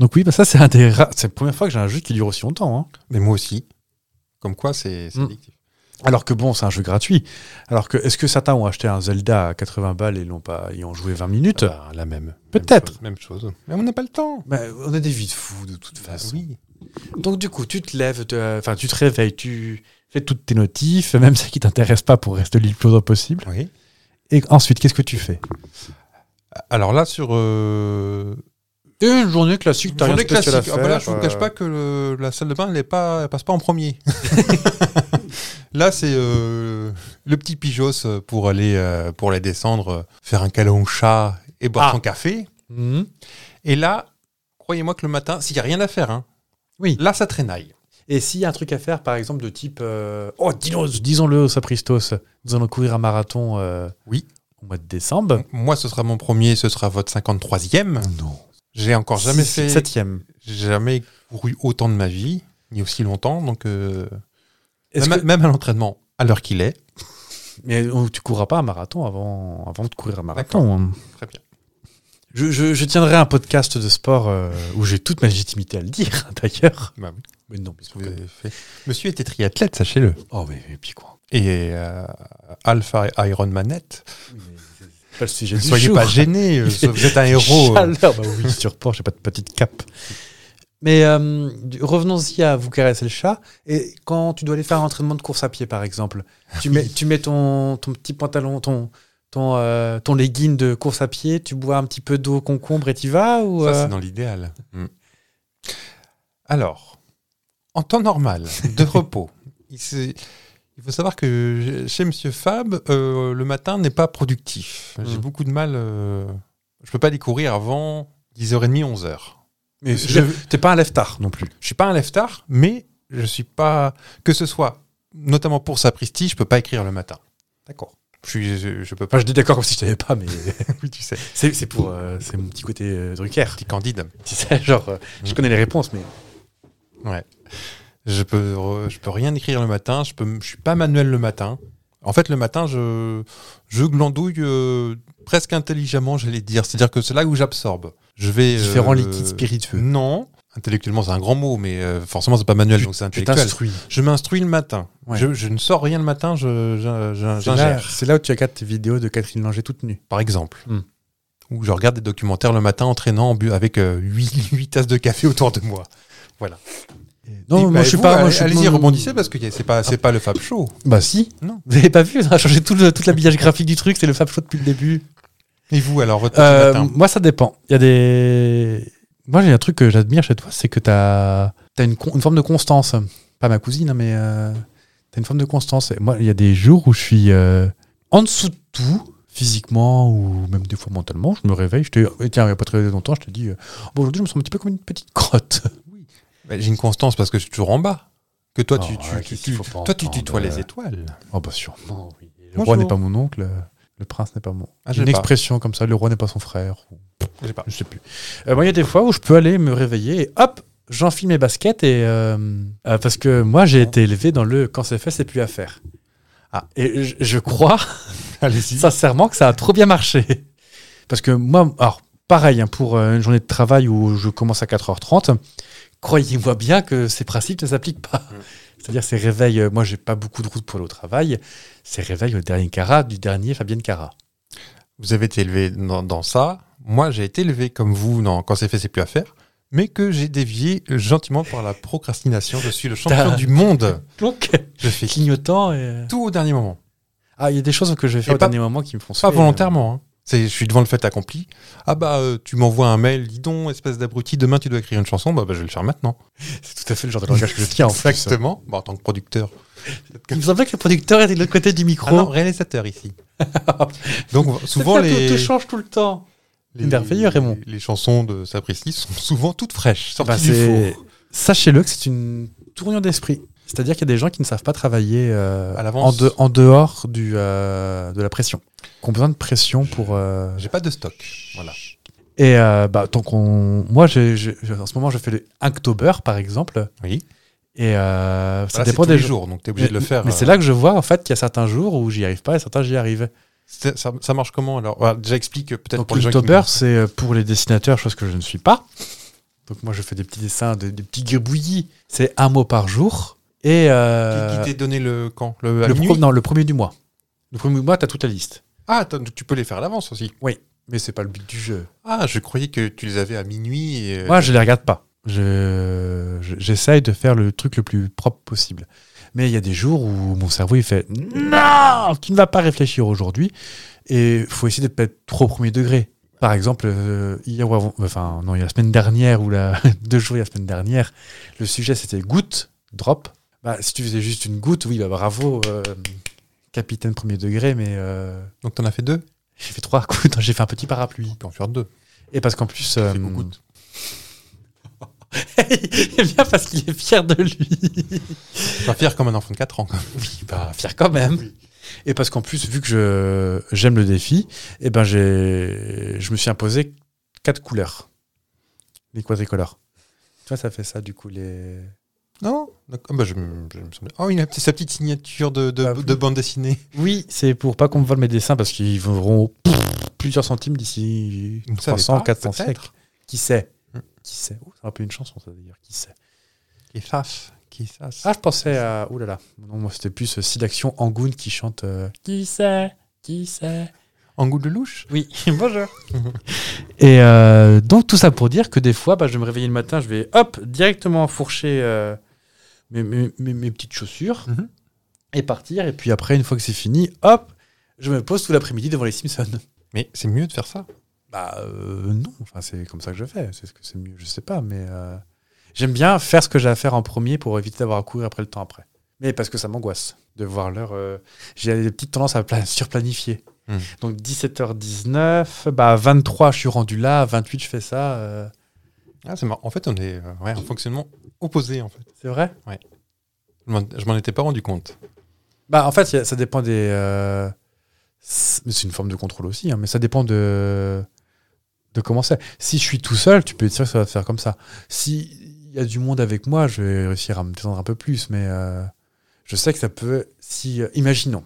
Donc, oui, bah, ça, c'est un des rares- C'est la première fois que j'ai un jeu qui dure aussi longtemps. hein.
Mais moi aussi. Comme quoi, c'est c'est
Mm.
addictif.
Alors que bon, c'est un jeu gratuit. Alors que, est-ce que certains ont acheté un Zelda à 80 balles et l'ont pas, y ont joué 20 minutes
Ah bah, la même.
Peut-être.
Même chose. même chose. Mais on n'a pas le temps.
Bah, On est des vies de fous, de toute
Bah
façon.
oui.
Donc du coup, tu te lèves, te- enfin tu te réveilles, tu fais toutes tes notifs, même celles qui t'intéressent pas pour rester le plus longtemps possible.
Oui.
Et ensuite, qu'est-ce que tu fais
Alors là, sur. euh,
Une journée classique,
sur les classiques. Ah bah là, je vous cache
euh,
pas que le- la salle de bain, elle, est pas, elle passe pas en premier. là, c'est euh, le petit pigeos euh, pour aller euh, pour la descendre, euh, faire un câlin au chat et boire
Ah.
son café.
Mhm.
Et là, croyez-moi que le matin, s'il n'y a rien à faire, hein,
Oui.
là, ça traînaille.
Et s'il y a un truc à faire, par exemple, de type euh, Oh, dis-le- disons-le au Sapristos, nous allons courir un marathon euh,
Oui.
au mois de décembre.
Moi, ce sera mon premier, ce sera votre 53e.
Non.
J'ai encore jamais fait.
Septième.
J'ai jamais couru autant de ma vie, ni aussi longtemps. Donc, euh,
Est-ce
même,
que-
même à l'entraînement, à l'heure qu'il est.
Mais euh, tu courras pas un marathon avant, avant de courir un marathon. hein.
Très bien.
Je, je- je tiendrai un podcast de sport euh, où j'ai toute ma légitimité à le dire, d'ailleurs.
Bah oui,
Mais non, mais
ce que vous avez fait. Monsieur était triathlète, sachez-le.
Oh, mais, mais puis quoi
Et euh, Alpha et Iron Manette.
C'est Pas le sujet
Ne
du
soyez
jour.
pas gênés, euh, vous êtes un héros. euh.
Chaleur, bah oui, sur port, j'ai pas de petite cape. Mais euh, du- revenons-y à vous caresser le chat. Et quand tu dois aller faire un entraînement de course à pied, par exemple, tu mets, tu mets ton, ton petit pantalon, ton, ton, euh, ton legging de course à pied, tu bois un petit peu d'eau concombre et tu vas ou,
Ça,
euh,
c'est dans l'idéal. Mm. Alors, en temps normal, de repos, il, s'est- il faut savoir que j'ai- chez Monsieur Fab, euh, le matin n'est pas productif. J'ai
Mm.
beaucoup de mal. euh, je peux pas aller courir avant 10h30, 11h.
Mais
je-
t'es pas un lève-tard non plus.
Je suis pas un lève-tard, mais je suis pas. Que ce soit, notamment pour Sapristi, je peux pas écrire le matin.
D'accord.
Je, suis, je, je peux pas.
Enfin, je dis d'accord comme si je t'avais pas, mais
Oui, tu sais.
c'est c'est pour euh, c'est mon petit côté euh, Drucker.
Petit candide.
Tu sais, genre, euh, je connais les réponses, mais
Je peux, re- je peux rien écrire le matin. Je peux, je suis pas manuel le matin. En fait, le matin, je, je glandouille euh, presque intelligemment, j'allais dire. C'est-à-dire que c'est là où j'absorbe. Je vais euh,
différents liquides spiritueux.
Non, intellectuellement, c'est un grand mot, mais euh, forcément, c'est pas manuel, donc c'est
Tu
intellectuel.
t'instruis.
Je m'instruis le matin.
Ouais.
Je, je ne sors rien le matin. Je, je- je-
C'est là,
j'ingère,
c'est là où tu regardes tes vidéos de Catherine Langer toute nue.
par exemple.
Hmm.
Ou je regarde des documentaires le matin en traînant en bu- avec 8, tasses de café autour de moi. Et
Non, moi
bah,
je suis
vous,
pas.
allez-
moi, je suis-
Allez-y,
non,
rebondissez parce que y a- c'est pas, c'est pas le Fab Show.
euh, Bah si.
Non.
Vous avez pas vu, on a changé tout, le- tout l'habillage graphique du truc, c'est le Fab Show depuis le début.
Et vous, alors, votre petit
Euh,
matin
moi ça dépend. Il y a des. Moi j'ai un truc que j'admire chez toi, c'est que t'as as une, con- une forme de constance. Pas ma cousine, hein, mais euh, t'as une forme de constance. Et moi il y a des jours où je suis euh, en dessous de tout, physiquement ou même des fois mentalement. Je me réveille, je te. eh, Tiens, il n'y a pas très longtemps, je te dis euh, Bon, aujourd'hui je me sens un petit peu comme une petite crotte.
Bah, J'ai une constance parce que je suis toujours en bas. Que toi, tu,
Oh,
tu,
ouais,
tu,
qu'est-ce qu'il faut
tu-
pas
toi, tu
entendre,
tutoies les
euh.
étoiles.
Oh bah sûrement, oui. Le
Bonjour.
roi n'est pas mon oncle, euh. le prince n'est pas mon.
Ah, je
une
l'ai pas.
expression comme ça, le roi n'est pas son frère. ou-
Je sais pas.
Je sais plus. Euh, moi, il y a des fois où je peux aller me réveiller et hop, j'enfile mes baskets et euh, euh, parce que moi, j'ai été élevé dans le quand c'est fait, c'est plus à faire. Ah, et je, je crois
Allez-y.
sincèrement que ça a trop bien marché. Parce que moi, alors pareil, hein, pour euh, une journée de travail où je commence à 4h30, croyez-moi bien que ces principes ne s'appliquent pas.
Mm.
C'est-à-dire ces réveils, euh, moi j'ai pas beaucoup de route pour le travail, ces réveils au dernier Cara du dernier Fabienne Cara.
Vous avez été élevé dans, dans ça. Moi, j'ai été élevé comme vous dans quand c'est fait, c'est plus à faire. Mais que j'ai dévié gentiment par la procrastination. Je suis le champion
T'as-
du monde.
Donc,
Je fais
clignotant. et-
tout au dernier moment.
Ah, il y a des choses que je vais faire
Et
au
pas-
dernier moment qui me font
Pas
souffrir.
volontairement. hein. C'est, je suis devant le fait accompli. Ah bah, euh, tu m'envoies un mail, dis donc, espèce d'abruti, demain tu dois écrire une chanson. Bah, bah, je vais le faire maintenant.
C'est tout à fait le genre de langage que je tiens en fait.
Exactement. Bah, en tant que producteur.
Il me semblait que le producteur était de l'autre côté du micro.
Ah non, réalisateur ici. Donc souvent
C'est bien,
les,
Tout, tout change tout le temps.
les,
merveilleux, Raymond.
les chansons de Sapristi sont souvent toutes fraîches, sorties
Bah,
du
c'est-
four.
Sachez-le que c'est une tournure d'esprit. C'est-à-dire qu'il y a des gens qui ne savent pas travailler euh,
À
en,
l'avance.
de- en dehors du, euh, de la pression, qui ont besoin de pression pour. euh,
J'ai pas de stock. Voilà.
Et euh, bah, tant qu'on. Moi, j'ai- j'ai- en ce moment, je fais le Inktober, par exemple.
Oui.
Et euh, ça
Voilà, c'est
dépend
tous
des
les
jours.
jours, donc t'es obligé de le faire.
Mais c'est
euh,
là que je vois en fait qu'il y a certains jours où j'y arrive pas et certains j'y arrive.
c'est- ça, ça marche comment alors Voilà, Déjà explique euh, peut-être
Donc
pour les gens qui
Inktober, c'est euh, pour les dessinateurs, chose que je ne suis pas. Donc moi je fais des petits dessins, des, des petits gribouillis. C'est un mot par jour et euh,
qui, qui t'est donné le quand le, à
le,
minuit
pro- non, le premier du mois. Le premier du mois, t'as toute la liste.
Ah, attends, donc tu peux les faire à l'avance aussi.
Mais c'est pas le but du jeu.
Ah, je croyais que tu les avais à minuit. Et, euh,
Moi, je les regarde pas. Je- je- J'essaye de faire le truc le plus propre possible. Mais il y a des jours où mon cerveau il fait non, tu ne vas pas réfléchir aujourd'hui et faut essayer de pas être trop au premier degré. Par exemple, euh, hier ou avant, enfin non, il y a la semaine dernière ou la deux jours il y a la semaine dernière, le sujet c'était goutte, drop. Bah, si tu faisais juste une goutte, oui, bah bravo, euh, capitaine premier degré, mais euh,
Donc t'en as fait deux.
j'ai fait trois gouttes, j'ai fait un petit parapluie.
Tu peux en faire deux.
euh, Et parce qu'en plus,
Ça
euh,
fait beaucoup de-
Eh bien parce qu'il est fier de lui.
Enfin, fier comme un enfant de 4 ans. quoi.
Oui, bah, fier quand même. Et parce qu'en plus, vu que je j'aime le défi, eh ben j'ai je me suis imposé quatre couleurs. Les quadricolores. Tu vois, ça fait ça du coup les.
Non D'accord. Ah bah, je me- je me semblais- Oh, il a petit- sa petite signature de, de-
Ah,
de
oui.
bande dessinée.
Oui, c'est pour pas qu'on me vole mes dessins parce qu'ils vaudront pff, plusieurs centimes d'ici
Vous ne savez
300,
pas,
400
peut-être.
siècles. Qui sait
Hmm.
Qui sait Oh, C'est un peu une chanson ça d'ailleurs. Qui sait
Qui fasse. Qui fasse.
Ah, je pensais à. Ouh là là. Non, moi c'était plus euh, Sidaction Angoun qui chante. euh, Qui sait Qui sait
En goût de louche
Oui, bonjour. Et euh, donc tout ça pour dire que des fois, bah, je vais me réveiller le matin, je vais hop, directement enfourcher euh, mes, mes- mes- mes petites chaussures
Mhm.
et partir. Et puis après, une fois que c'est fini, hop, je me pose tout l'après-midi devant les Simpsons.
Mais c'est mieux de faire ça.
Bah euh, non, enfin, c'est comme ça que je fais. C'est ce que c'est mieux, je sais pas, mais euh, j'aime bien faire ce que j'ai à faire en premier pour éviter d'avoir à courir après le temps après. Mais parce que ça m'angoisse de voir l'heure. euh, j'ai des petites tendances à pla- surplanifier.
Hmm.
Donc 17h19, bah à 23 je suis rendu là, à 28 je fais ça. euh,
Ah, c'est marrant. En fait, on est euh, ouais, en fonctionnement opposé. En fait.
c'est vrai
Je m'en- je m'en étais pas rendu compte.
Bah en fait y a- ça dépend des. euh, c'est c'est une forme de contrôle aussi, hein, mais ça dépend de de comment c'est. Si je suis tout seul, tu peux être sûr que ça va te faire comme ça. Si il y a du monde avec moi, je vais réussir à me détendre un peu plus, mais euh, je sais que ça peut. Si euh, imaginons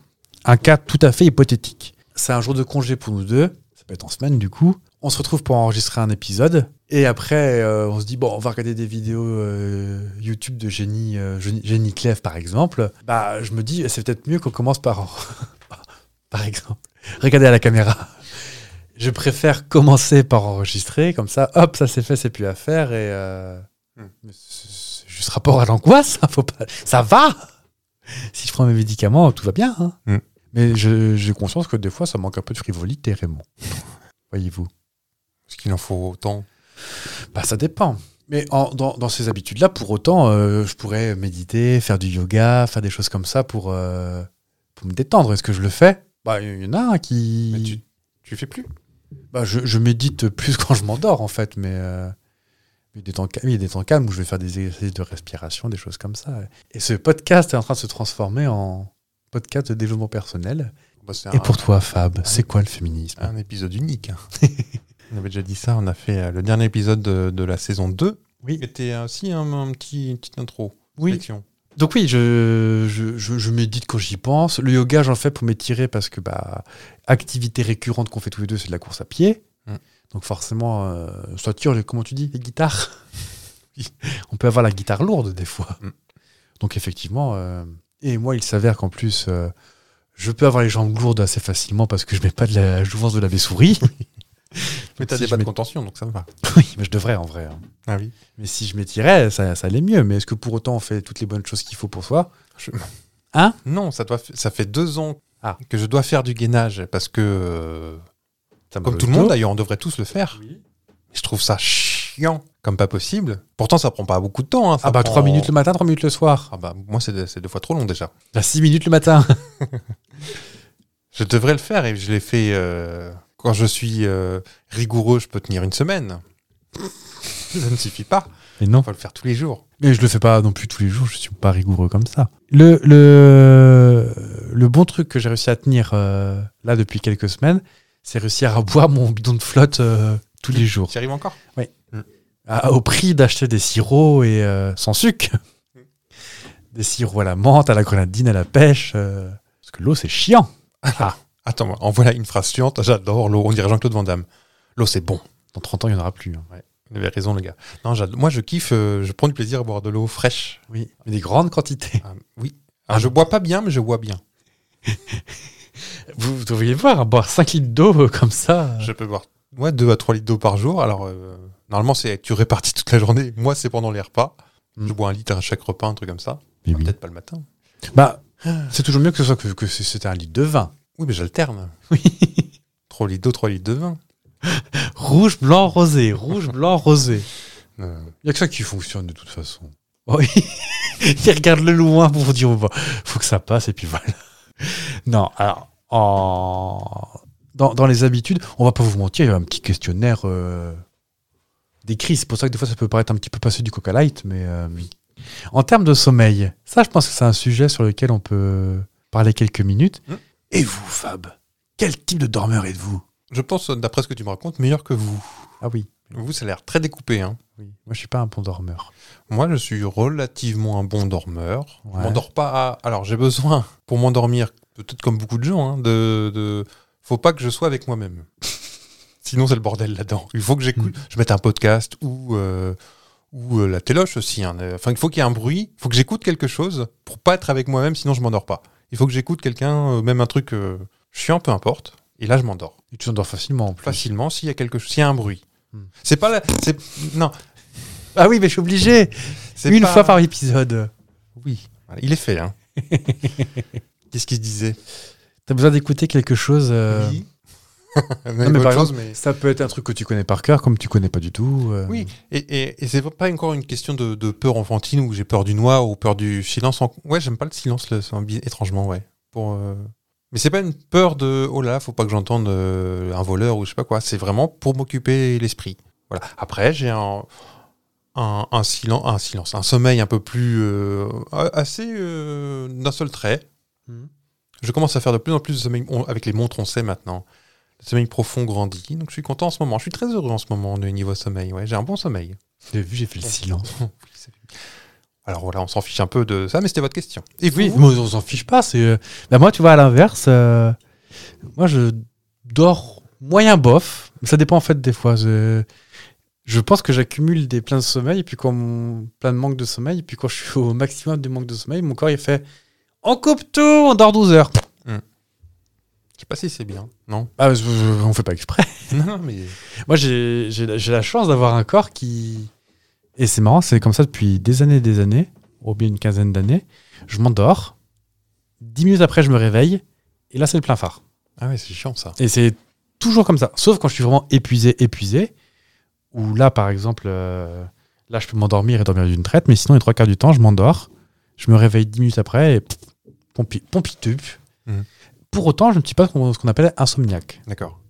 un cas tout à fait hypothétique, c'est un jour de congé pour nous deux, ça peut être en semaine du coup. On se retrouve pour enregistrer un épisode et après euh, on se dit bon on va regarder des vidéos euh, YouTube de génie euh, Génie- génie Clef par exemple. Bah je me dis c'est peut-être mieux qu'on commence par par exemple regarder à la caméra. Je préfère commencer par enregistrer, comme ça, hop, ça c'est fait, c'est plus à faire. Et euh, mais c'est c'est juste rapport à l'angoisse. hein, faut pas... Ça va Si je prends mes médicaments, tout va bien. hein.
Mm.
Mais je- j'ai conscience que des fois, ça manque un peu de frivolité, Raymond. Voyez-vous
Parce qu'il en faut autant.
bah, Ça dépend. Mais en- dans, dans ces habitudes-là, pour autant, euh, je pourrais méditer, faire du yoga, faire des choses comme ça pour, euh, pour me détendre. Est-ce que je le fais Bah, Il y en a un qui.
Mais tu, tu fais plus.
Bah, je, je médite plus quand je m'endors, en fait, mais euh, il y a des temps, ca- il y a des temps calmes où je vais faire des exercices de respiration, des choses comme ça. Et ce podcast est en train de se transformer en podcast de développement personnel. Ah.
Bah, c'est
Et
un-
pour toi, Fab, c'est quoi le féminisme
un épisode unique. hein. on avait déjà dit ça, on a fait euh, le dernier épisode de, de la saison 2.
Oui.
C'était aussi euh, un, un petit, une petite intro. réflexion.
Donc oui, je, je, je- je médite quand j'y pense. Le yoga, j'en fais pour m'étirer parce que bah, activité récurrente qu'on fait tous les deux, c'est de la course à pied.
Mm.
Donc forcément, euh, ça tire, les- comment tu dis, les guitares. Oui. On peut avoir la guitare lourde des fois.
Mm.
Donc effectivement, euh, et moi, il s'avère qu'en plus, euh, je peux avoir les jambes lourdes assez facilement parce que je mets pas de la jouvence de la souris.
Mais t'as
Si
des
je
bas de
m'étais-
contention, donc ça va.
oui, mais je devrais en vrai. hein.
Ah oui.
Mais si je m'étirais, ça, ça allait mieux. Mais est-ce que pour autant on fait toutes les bonnes choses qu'il faut pour soi
Non, ça, doit, f- ça fait deux ans
Ah.
que je dois faire du gainage parce que, euh,
Ça me
comme
va
tout le
au
monde
dos.
d'ailleurs, on devrait tous le faire. Je trouve ça chiant comme pas possible. Pourtant, ça prend pas beaucoup de temps. hein, ça
Ah bah
prend-
3 minutes le matin, 3 minutes le soir.
Ah bah, moi, c'est de- c'est deux fois trop long déjà.
Bah 6 minutes le matin.
Je devrais le faire et je l'ai fait. euh, quand je suis euh, rigoureux, je peux tenir une semaine. ça ne suffit pas.
Mais non.
On va le faire tous les jours.
Mais je le fais pas non plus tous les jours, je suis pas rigoureux comme ça. Le, le, le bon truc que j'ai réussi à tenir euh, là depuis quelques semaines, c'est réussir à boire mon bidon de flotte euh, tous les jours.
J'y arrive encore.
Ah, au prix d'acheter des sirops et euh, sans sucre. Des sirops à la menthe, à la grenadine, à la pêche. euh, parce que l'eau, c'est chiant.
Attends, en voilà une phrase chiante. J'adore l'eau. On dirait Jean-Claude Van Damme. L'eau, c'est bon.
Dans 30 ans, il n'y en aura plus. hein.
Vous avez raison, le gars. Non, j'adore- moi, je kiffe. euh, je prends du plaisir à boire de l'eau fraîche.
Oui. Mais des grandes quantités.
Ah, oui. Alors, je bois pas bien, mais je bois bien.
Vous, vous devriez voir, boire 5 litres d'eau euh, comme ça.
Je peux boire moi 2 à 3 litres d'eau par jour. Alors euh, normalement c'est tu répartis toute la journée. Moi c'est pendant les repas.
Mm.
Je bois un litre à chaque repas, un truc comme ça.
Mais
Enfin,
oui.
Peut-être pas le matin.
Bah, c'est toujours mieux que ce soit que, que c'était un litre de vin.
Oui mais j'alterne.
Oui.
3 litres d'eau, 3 litres de vin.
Rouge, blanc, rosé. Rouge, blanc, rosé.
Euh,
Il n'y a que ça qui fonctionne de toute façon. Oh Oui. Il regarde le loin pour dire bon, faut que ça passe et puis voilà. Non, alors, en- dans, dans les habitudes, on va pas vous mentir, il y a un petit questionnaire euh, des crises. C'est pour ça que des fois, ça peut paraître un petit peu passé du coca light, mais euh, en termes de sommeil, ça, je pense que c'est un sujet sur lequel on peut parler quelques minutes.
Mm.
Et vous, Fab, quel type de dormeur êtes-vous
Je pense, d'après ce que tu me racontes, meilleur que vous.
Ah oui,
Vous, ça a l'air très découpé. Hein.
oui. Moi, je suis pas un bon dormeur.
Moi, je suis relativement un bon dormeur.
Ouais.
Je m'endors pas à... Alors, j'ai besoin, pour m'endormir, peut-être comme beaucoup de gens, hein, de, de... Faut pas que je sois avec moi-même. Sinon, c'est le bordel là-dedans. Il faut que
Hmm.
j'écoute... Je mette un podcast ou... euh, ou euh, la téloche aussi. hein. Euh, Enfin, il faut qu'il y ait un bruit, il faut que j'écoute quelque chose pour pas être avec moi-même, sinon je m'endors pas. Il faut que j'écoute quelqu'un, euh, même un truc euh, chiant, peu importe. Et là, je m'endors
Et tu t'endors facilement en plus.
facilement s'il y a quelque chose, s'il y a un bruit.
Hmm.
C'est pas la... c'est non,
Ah oui, mais je suis obligé
c'est
Une
pas-
fois par épisode.
Oui, Voilà, il est fait. Hein. Qu'est-ce qu'il se disait
T'as besoin d'écouter quelque chose. euh,
Oui.
Non, mais
Euh, Autre
par
chose,
exemple,
mais-
ça peut être un truc que tu connais par cœur, comme tu connais pas du tout. euh,
Oui, et, et, et c'est pas encore une question de, de peur enfantine où j'ai peur du noir ou peur du silence. en- Ouais, j'aime pas le silence, le- c'est un bi- étrangement, ouais. Pour, euh, Mais c'est pas une peur de oh là, là, faut pas que j'entende euh, un voleur ou je sais pas quoi. C'est vraiment pour m'occuper l'esprit. Voilà. Après, j'ai un, un, un, silen- un silence, un sommeil un peu plus. euh, a- assez euh, d'un seul trait.
Mhm.
Je commence à faire de plus en plus de sommeil. on- avec les montres, on sait maintenant. Le sommeil profond grandit, donc je suis content en ce moment. Je suis très heureux en ce moment du niveau sommeil. Ouais, j'ai un bon sommeil.
J'ai vu, j'ai fait le silence.
Alors voilà, on s'en fiche un peu de ça, mais c'était votre question. Et vous
Oui, mais on s'en fiche pas. C'est euh, bah, moi, tu vois, à l'inverse, euh, moi je dors moyen bof. Mais Ça dépend en fait des fois. Je, je pense que j'accumule des pleins de sommeil, et puis quand mon plein de manque de sommeil, et puis quand je suis au maximum du manque de sommeil, mon corps il fait on coupe tout, on dort 12 heures.
Je sais pas si c'est bien. Non.
Ah, je- je- on fait pas exprès.
non, non, mais
Moi, j'ai j'ai la j'ai la chance d'avoir un corps qui. Et c'est marrant, c'est comme ça depuis des années et des années, ou bien une quinzaine d'années. Je m'endors. Dix minutes après, je me réveille. Et là, c'est le plein phare.
ah ouais, c'est chiant ça.
Et c'est toujours comme ça. Sauf quand je suis vraiment épuisé, épuisé. Ou là, par exemple, euh, là, je peux m'endormir et dormir d'une traite. Mais sinon, les trois quarts du temps, je m'endors. Je me réveille dix minutes après et pff, pompi- pompitup.
Mhm.
Pour autant, je ne suis pas ce qu'on ce qu'on appelle insomniaque.
D'accord.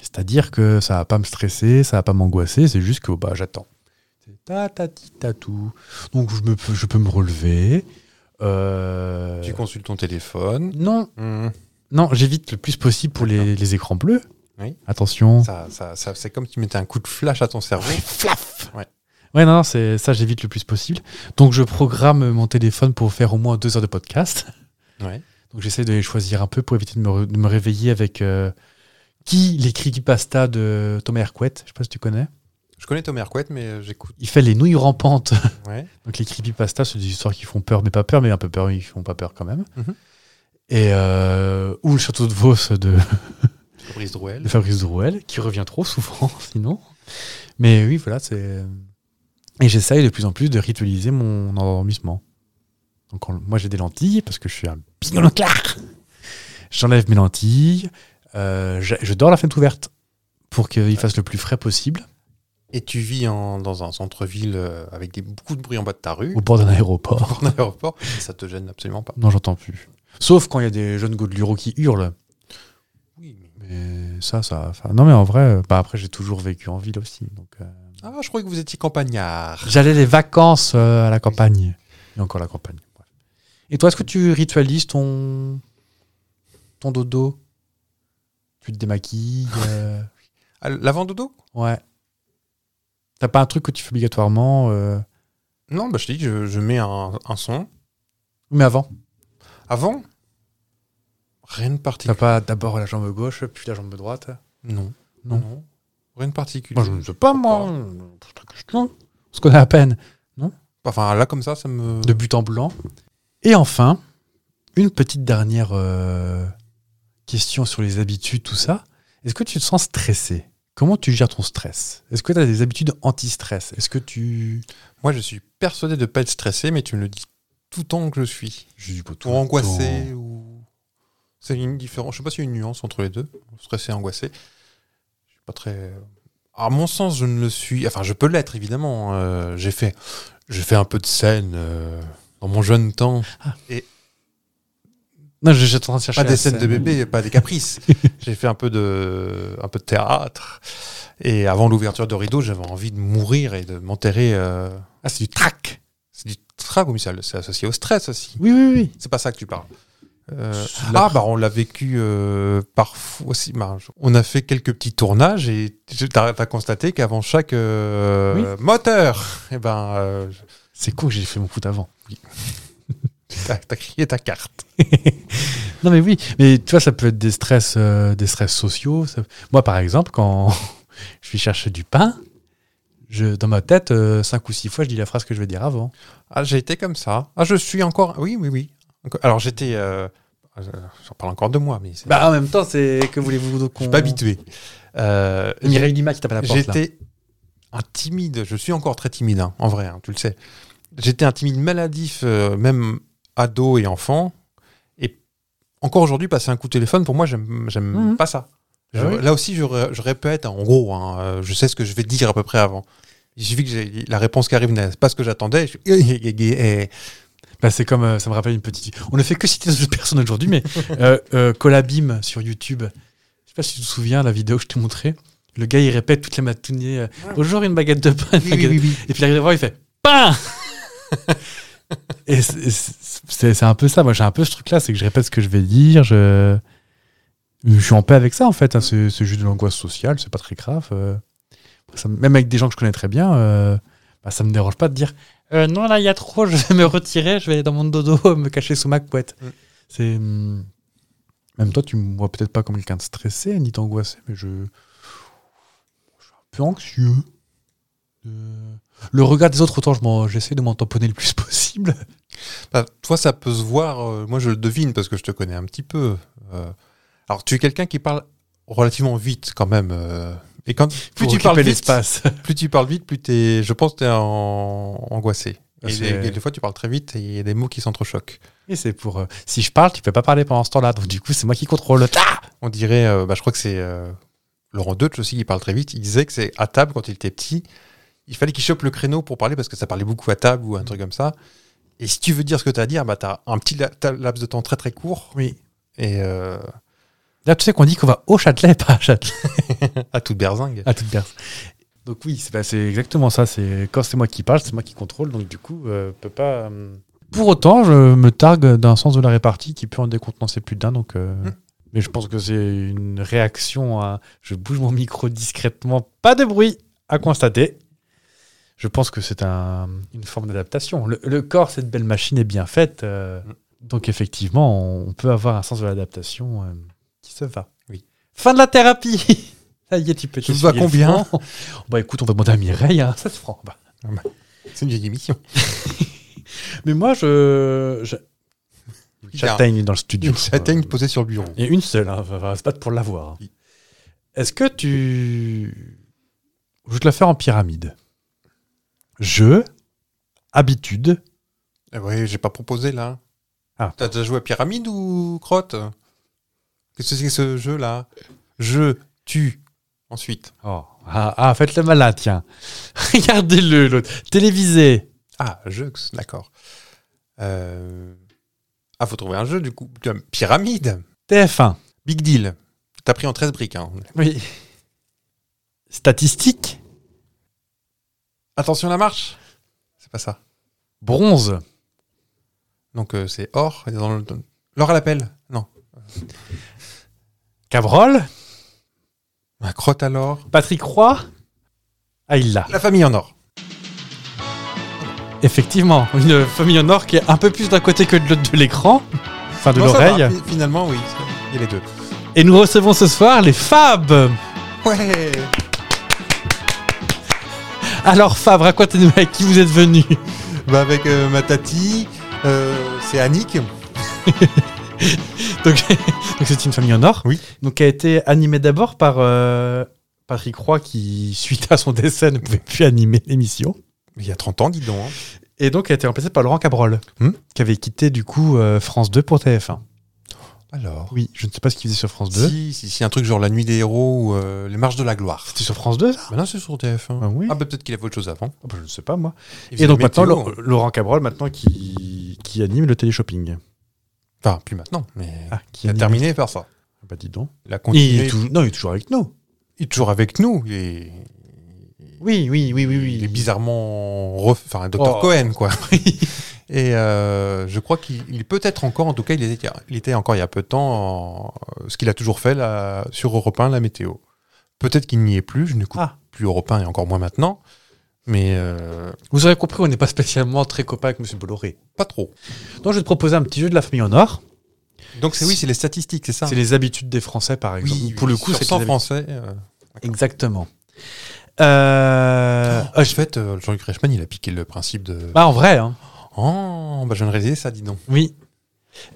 C'est-à-dire que ça va pas me stresser, ça va pas m'angoisser, c'est juste que bah, j'attends. C'est ta ta ti ta tout. Donc je, me, peux- je peux me relever. Euh,
Tu consultes ton téléphone.
non,
Mhm.
non, j'évite le plus possible pour les, les écrans bleus.
Oui.
Attention.
Ça, ça, ça- c'est comme si tu mettais un coup de flash à ton cerveau.
Flaf
Ouais.
Ouais, non, non, c'est ça, j'évite le plus possible. Donc je programme mon téléphone pour faire au moins deux heures de podcast.
Ouais.
Donc j'essaie de les choisir un peu pour éviter de me, re- de me réveiller avec euh, qui les creepypasta de Thomas Hercouet. Je sais pas si tu connais.
Je connais Thomas Hercouet, mais euh, j'écoute.
Il fait les nouilles rampantes
Ouais.
Donc les creepypastas, c'est des histoires qui font peur, mais pas peur, mais un peu peur, ils font pas peur quand même.
Mhm.
Et euh, ou le château de Vos de,
Fabrice Drouel.
de Fabrice Drouel, qui revient trop souvent sinon. Mais oui, voilà, c'est. Et j'essaye de plus en plus de ritualiser mon endormissement. Donc en- moi j'ai des lentilles parce que je suis un pignon clair. J'enlève mes lentilles, euh, je, je dors la fenêtre ouverte pour qu'il fasse le plus frais possible
Et tu vis en- dans un centre-ville euh, avec des, beaucoup de bruit en bas de ta rue,
au bord d'un aéroport.
en aéroport. Ça te gêne absolument pas.
Non, j'entends plus. Sauf quand il y a des jeunes godelureaux qui hurlent.
Oui, mais-
Mais ça, ça. enfin, non, mais en vrai, euh, bah, après, j'ai toujours vécu en ville aussi. Donc, euh,
Ah, je croyais que vous étiez campagnard.
J'allais les vacances euh, à la campagne. Et encore la campagne. bref. Et toi, est-ce que tu ritualises ton. ton dodo Tu te démaquilles euh,
Ah, L'avant-dodo
Ouais. T'as pas un truc que tu fais obligatoirement euh,
Non, bah, je te dis, je, je mets un, un son.
Mais avant.
Avant Rien de particulier.
T'as pas d'abord la jambe gauche, puis la jambe droite
Non.
Ah, Non.
Rien de particulier.
Moi, je ne sais pas, moi. C'est pas question. On se connaît à peine.
Enfin, là, comme ça, ça me.
de but en blanc. Et enfin, une petite dernière euh, question sur les habitudes, tout ça. Est-ce que tu te sens stressé Comment tu gères ton stress Est-ce que tu as des habitudes anti-stress Est-ce que tu...
Moi, je suis persuadé de pas être stressé, mais tu me le dis tout le temps que je suis.
Je dis pas tout
Ou angoissé, ou. C'est une différence. Je sais pas s'il y a une nuance entre les deux. Stressé et angoissé. Je suis pas très. À mon sens, je ne le suis. Enfin, je peux l'être, évidemment. Euh, j'ai fait. J'ai fait un peu de scène euh, dans mon jeune temps. Et
Non, je- j'étais en train de chercher.
Pas
la
des scènes de
scène.
bébé, pas des caprices. J'ai fait un peu de, un peu de théâtre. Et avant l'ouverture de rideau, j'avais envie de mourir et de m'enterrer. euh, Ah, c'est du trac. C'est du trac, oui, ça- c'est associé au stress aussi.
Oui, oui, oui.
C'est pas ça que tu parles. Euh, ah bah on l'a vécu euh, parfois aussi. bah, je- on a fait quelques petits tournages et tu- t'as as constaté qu'avant chaque euh,
Oui.
moteur, eh ben euh,
C'est con que j'ai fait mon foot avant.
t'as t'as crié ta carte.
Non mais oui, mais tu vois, ça peut être des stress, euh, des stress sociaux. ça- Moi, par exemple, quand je vais chercher du pain, je, dans ma tête, euh, cinq ou six fois, je dis la phrase que je vais dire avant.
Ah j'ai été comme ça. Ah je suis encore. Oui oui oui. Enco- Alors j'étais. euh, euh, J'en parle encore de moi mais c'est-
Bah en même temps, c'est que voulez-vous donc
je suis pas habitué. Euh,
Mireille Lima qui tape à la porte. là.
J'étais un timide, je suis encore très timide, hein, en vrai, hein, tu le sais. J'étais un timide maladif, euh, même ado et enfant. Et encore aujourd'hui, passer un coup de téléphone, pour moi, j'aime j'aime
Mhm.
pas ça. Je-
Ah oui
Là aussi, je, ré- je répète, en gros, hein, euh, je sais ce que je vais dire à peu près avant. Il suffit que j'ai- la réponse qui arrive n'est pas ce que j'attendais. je suis- Eh,
Bah, c'est comme euh, ça me rappelle une petite. On ne fait que citer d'autres personnes aujourd'hui, mais euh, euh, Colabim sur YouTube. Je sais pas si tu te souviens la vidéo que je t'ai montrée. Le gars, il répète toutes les matinées. euh, Bonjour, une baguette de pain. une baguette de- Et puis il arrive à voir, il fait pain. Et c'est- c'est c'est un peu ça. Moi, j'ai un peu ce truc-là, c'est que je répète ce que je vais dire. Je, je suis en paix avec ça, en fait. hein. C'est c'est juste de l'angoisse sociale. C'est pas très grave. euh. Ça me- même avec des gens que je connais très bien, euh, bah, ça me dérange pas de dire euh, non là, il y a trop. Je vais me retirer. Je vais aller dans mon dodo, me cacher sous ma couette.
Mm.
C'est hum, même toi, tu me vois peut-être pas comme quelqu'un de stressé ni d'angoissé, mais je, je suis un peu anxieux. Euh, le regard des autres, autant je m'en- j'essaie de m'en tamponner le plus possible.
Bah, toi, ça peut se voir. euh, moi, je le devine parce que je te connais un petit peu. Euh, alors, tu es quelqu'un qui parle relativement vite quand même. euh, et quand plus
pour
tu
occuper
parles vite,
l'espace.
plus tu parles vite, plus t'es. Je pense que t'es en... angoissé.
Ah,
Et
c'est-
des, et des fois, tu parles très vite et il y a des mots qui s'entrechoquent.
Et c'est pour. euh, si je parle, tu peux pas parler pendant ce temps-là. Donc du coup, c'est moi qui contrôle. Ah
On dirait, euh, bah, je crois que c'est euh, Laurent Deutsch aussi qui parle très vite. Il disait que c'est à table quand il était petit, il fallait qu'il chope le créneau pour parler parce que ça parlait beaucoup à table ou un truc comme ça. Et si tu veux dire ce que tu as à dire, bah, tu as un petit la- t'as un laps de temps très très court.
oui.
Et euh,
Là, tu sais qu'on dit qu'on va au Châtelet, pas à Châtelet.
à toute berzingue.
À toute personne. Donc oui, c'est bah, c'est exactement ça. C'est quand c'est moi qui parle, c'est moi qui contrôle. Donc du coup, euh, peut pas. euh, Pour autant, je me targue d'un sens de la répartie qui peut en décontenancer plus d'un. Donc, euh,
Hmm.
mais je pense que c'est une réaction à. Je bouge mon micro discrètement, pas de bruit à constater. Je pense que c'est un- une forme d'adaptation. Le, le corps, cette belle machine est bien faite. euh, Donc effectivement, on, on peut avoir un sens de l'adaptation euh, qui se va.
Oui.
Fin de la thérapie. Ça y est, tu peux.
Tu
te
vas combien
Bah écoute, on va demander à Mireille hein, 16 francs. Bah.
C'est une vieille émission.
Mais moi, je. je- Châtaigne dans le studio.
Une châtaigne
Euh,
posée sur le bureau.
Et une seule, hein, va- va se battre pour l'avoir. hein.
Oui.
Est-ce que tu. Je vais te la faire en pyramide. Je, habitude,
Eh ouais, j'ai pas proposé là.
Ah.
T'as déjà joué à pyramide ou crotte Qu'est-ce que c'est que ce jeu là Je, tu, ensuite.
Oh, ah, ah, faites le malin, tiens. Regardez-le, l'autre. Télévisé.
Ah, jeux, d'accord. Euh, Ah, faut trouver un jeu du coup. Putain, Pyramide
TF1.
Big deal. T'as pris en 13 briques. hein.
Oui. Statistique.
Attention la marche C'est pas ça.
Bronze.
Donc euh, c'est or. et dans le- dans- L'or à l'appel Non.
Cabrol.
Un crotte à l'or.
Patrick Roy. Ah, il l'a.
La famille en or.
Effectivement, une famille en or qui est un peu plus d'un côté que de l'autre de l'écran, enfin de
Non, ça va,
l'oreille.
fi- Finalement, oui. Il y a les deux.
Et nous recevons ce soir les Fab.
Ouais
Alors Fab, racontez-nous avec qui vous êtes venu.
Bah avec euh, ma tati, euh, c'est Annick.
Donc donc c'est une famille en or.
Oui.
Donc qui a été animée d'abord par euh, Patrick Roy qui, suite à son décès, ne pouvait plus animer l'émission.
Il y a 30 ans, dis donc. hein.
Et donc a été remplacée par Laurent Cabrol,
Hmm.
qui avait quitté du coup euh, France 2 pour TF1.
Alors
Oui, je ne sais pas ce qu'il faisait sur France 2.
si, si, si, un truc genre La Nuit des Héros ou euh, Les Marches de la Gloire.
C'était sur France 2 ça
Bah non, c'est sur TF1.
Ah oui.
Ah bah peut-être qu'il avait autre chose avant.
Ah bah, Je ne sais pas moi.
Il
Et donc
faisait
maintenant,
météo.
Laurent Laurent Cabrol, maintenant qui, qui anime le téléshopping.
Enfin, plus maintenant, mais
Ah, qui
il a
anime-
terminé par ça.
Ah Bah dis donc.
Il a
Il
continué.
est toujours- Non, il est toujours avec nous.
il est toujours avec nous. Il est,
Oui, oui, oui, oui,
il est bizarrement. ref- Enfin, un Dr.
Oh.
Cohen, quoi. Et euh, je crois qu'il il peut être encore, en tout cas, il était, il était encore il y a peu de temps, en- euh, ce qu'il a toujours fait là, sur Europe 1, la météo. Peut-être qu'il n'y est plus, je n'écoute
Ah.
plus Europe 1 et encore moins maintenant, mais euh,
Vous aurez compris, on n'est pas spécialement très copains avec M. Bolloré.
pas trop.
Donc je vais te proposer un petit jeu de la famille en or.
Donc, c'est oui, c'est les statistiques, c'est ça
C'est les habitudes des Français, par
Oui,
exemple. Pour le
oui,
coup,
sur
c'est
100
les
français. euh,
habitudes. Exactement. Euh,
Ah, je fait, euh, Jean-Luc Reichmann, il a piqué le principe de.
Bah en vrai, hein.
Oh, bah, je viens de réaliser ça, dis donc.
Oui.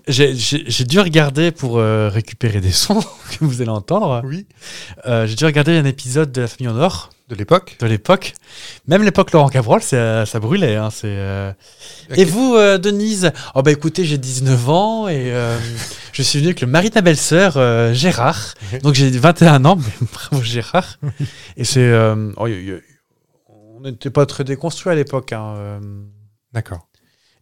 J'ai- J'ai j'ai dû regarder pour euh, récupérer des sons que vous allez entendre.
Oui.
Euh, J'ai dû regarder un épisode de La Famille en Or
De l'époque.
de l'époque. Même l'époque Laurent Cabrol, ça, ça brûlait. hein, c'est, euh,
Ok.
Et vous, euh, Denise Oh bah écoutez, j'ai 19 ans et euh, je suis venu avec le mari de ma belle-sœur, euh, Gérard.
Ouais.
Donc j'ai 21 ans, mais bravo Gérard. et c'est... euh, oh, y- y- on n'était pas très déconstruit à l'époque. hein, euh.
D'accord.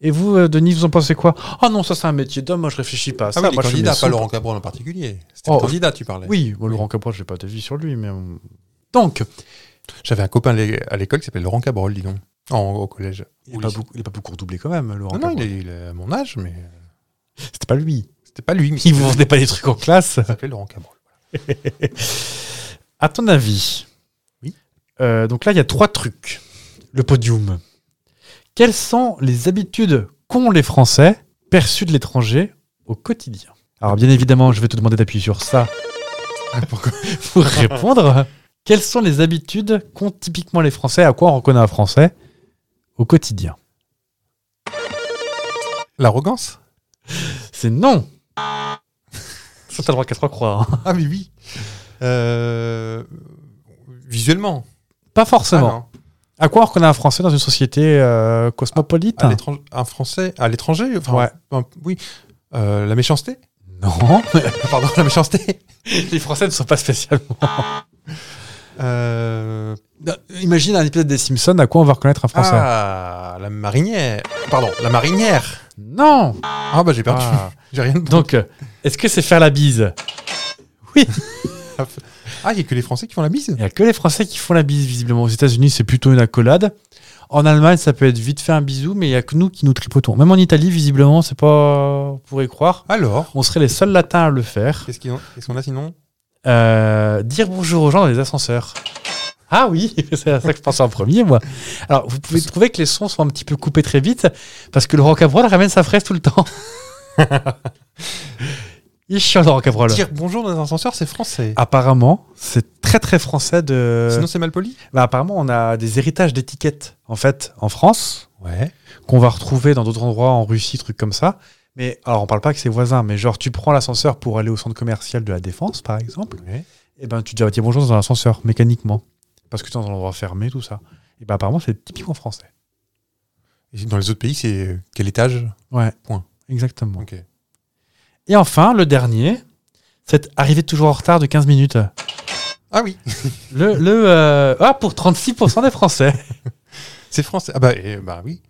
Et vous, euh, Denise, vous en pensez quoi Oh non, ça c'est un métier d'homme, moi je réfléchis pas à
Ah
ça.
oui,
moi,
les
je fais
candidats,
mes sous.
pas Laurent Cabrol en particulier. C'était
Oh.
le candidat, tu parlais.
Oui, bon, Laurent Cabrol, j'ai pas d'avis sur lui, mais... euh, Donc,
J'avais un copain lé- à l'école qui s'appelait Laurent Cabrol, dis donc. En- au collège.
il n'est
Oui. Ah
pas, beaucoup- il est pas beaucoup redoublé quand même, Laurent
Non, non, il
Cabrol.
est, il est à mon âge, mais
C'était pas lui.
c'était pas lui. Mais
Il vous vendait pas des trucs en classe
Il s'appelait Laurent Cabrol.
À ton avis,
Oui.
euh, donc là, il y a trois trucs. Le podium. Quelles sont les habitudes qu'ont les Français perçues de l'étranger au quotidien Alors, bien évidemment, je vais te demander d'appuyer sur ça
Ah,
pour répondre. Quelles sont les habitudes qu'ont typiquement les Français À quoi on reconnaît un Français au quotidien
L'arrogance
C'est non Ça, t'as le droit qu'à trois croire. hein.
Ah, mais oui. Euh, Visuellement.
Pas
Ah,
forcément.
non.
à quoi on reconnaît un Français dans une société euh, cosmopolite
À l'étranger- un Français à l'étranger enfin,
Ouais.
un- Oui. Euh, la méchanceté Ah,
Non
Pardon, la méchanceté
Les Français ne sont pas spécialement.
Euh,
Bah, Imagine un épisode des Simpsons, à quoi on va reconnaître un Français
Ah, la marinière. Pardon, la marinière.
Non
Ah, bah j'ai perdu.
Ah.
J'ai rien de bon.
Donc, euh, est-ce que c'est faire la bise
Ah, il n'y a que les Français qui font la bise
Il n'y a que les Français qui font la bise, visiblement. Aux États-Unis, c'est plutôt une accolade. En Allemagne, ça peut être vite fait un bisou, mais il n'y a que nous qui nous tripotons. Même en Italie, visiblement, c'est pas. On pourrait croire.
Alors,
On serait les seuls latins à le faire.
qu'est-ce qu'ils ont- qu'est-ce qu'on a sinon
Euh, dire bonjour aux gens dans les ascenseurs. Ah oui, c'est à ça que je pensais en premier, moi. Alors, vous pouvez trouver que les sons sont un petit peu coupés très vite, parce que le rocabrol ramène sa fraise tout le temps. Il est chiant, le rocabrol.
Dire bonjour dans un ascenseur, c'est français.
Apparemment, c'est très très français de.
Sinon, c'est mal poli
Bah, apparemment, on a des héritages d'étiquettes, en fait, en France,
Ouais.
qu'on va retrouver dans d'autres endroits, en Russie, trucs comme ça. Mais alors, on parle pas que c'est voisin, mais genre, tu prends l'ascenseur pour aller au centre commercial de la Défense, par exemple eh ben, tu dois dire bonjour dans un ascenseur, mécaniquement. Parce que tu es dans un endroit fermé, tout ça. Et ben, apparemment, c'est typiquement français.
Et dans les autres pays, c'est euh, quel étage
Ouais.
Point.
Exactement.
Ok.
Et enfin, le dernier, c'est arriver toujours en retard de 15 minutes.
Ah oui,
Le. le euh, Ah, pour 36% des Français.
c'est français. Ah bah, eh, bah oui.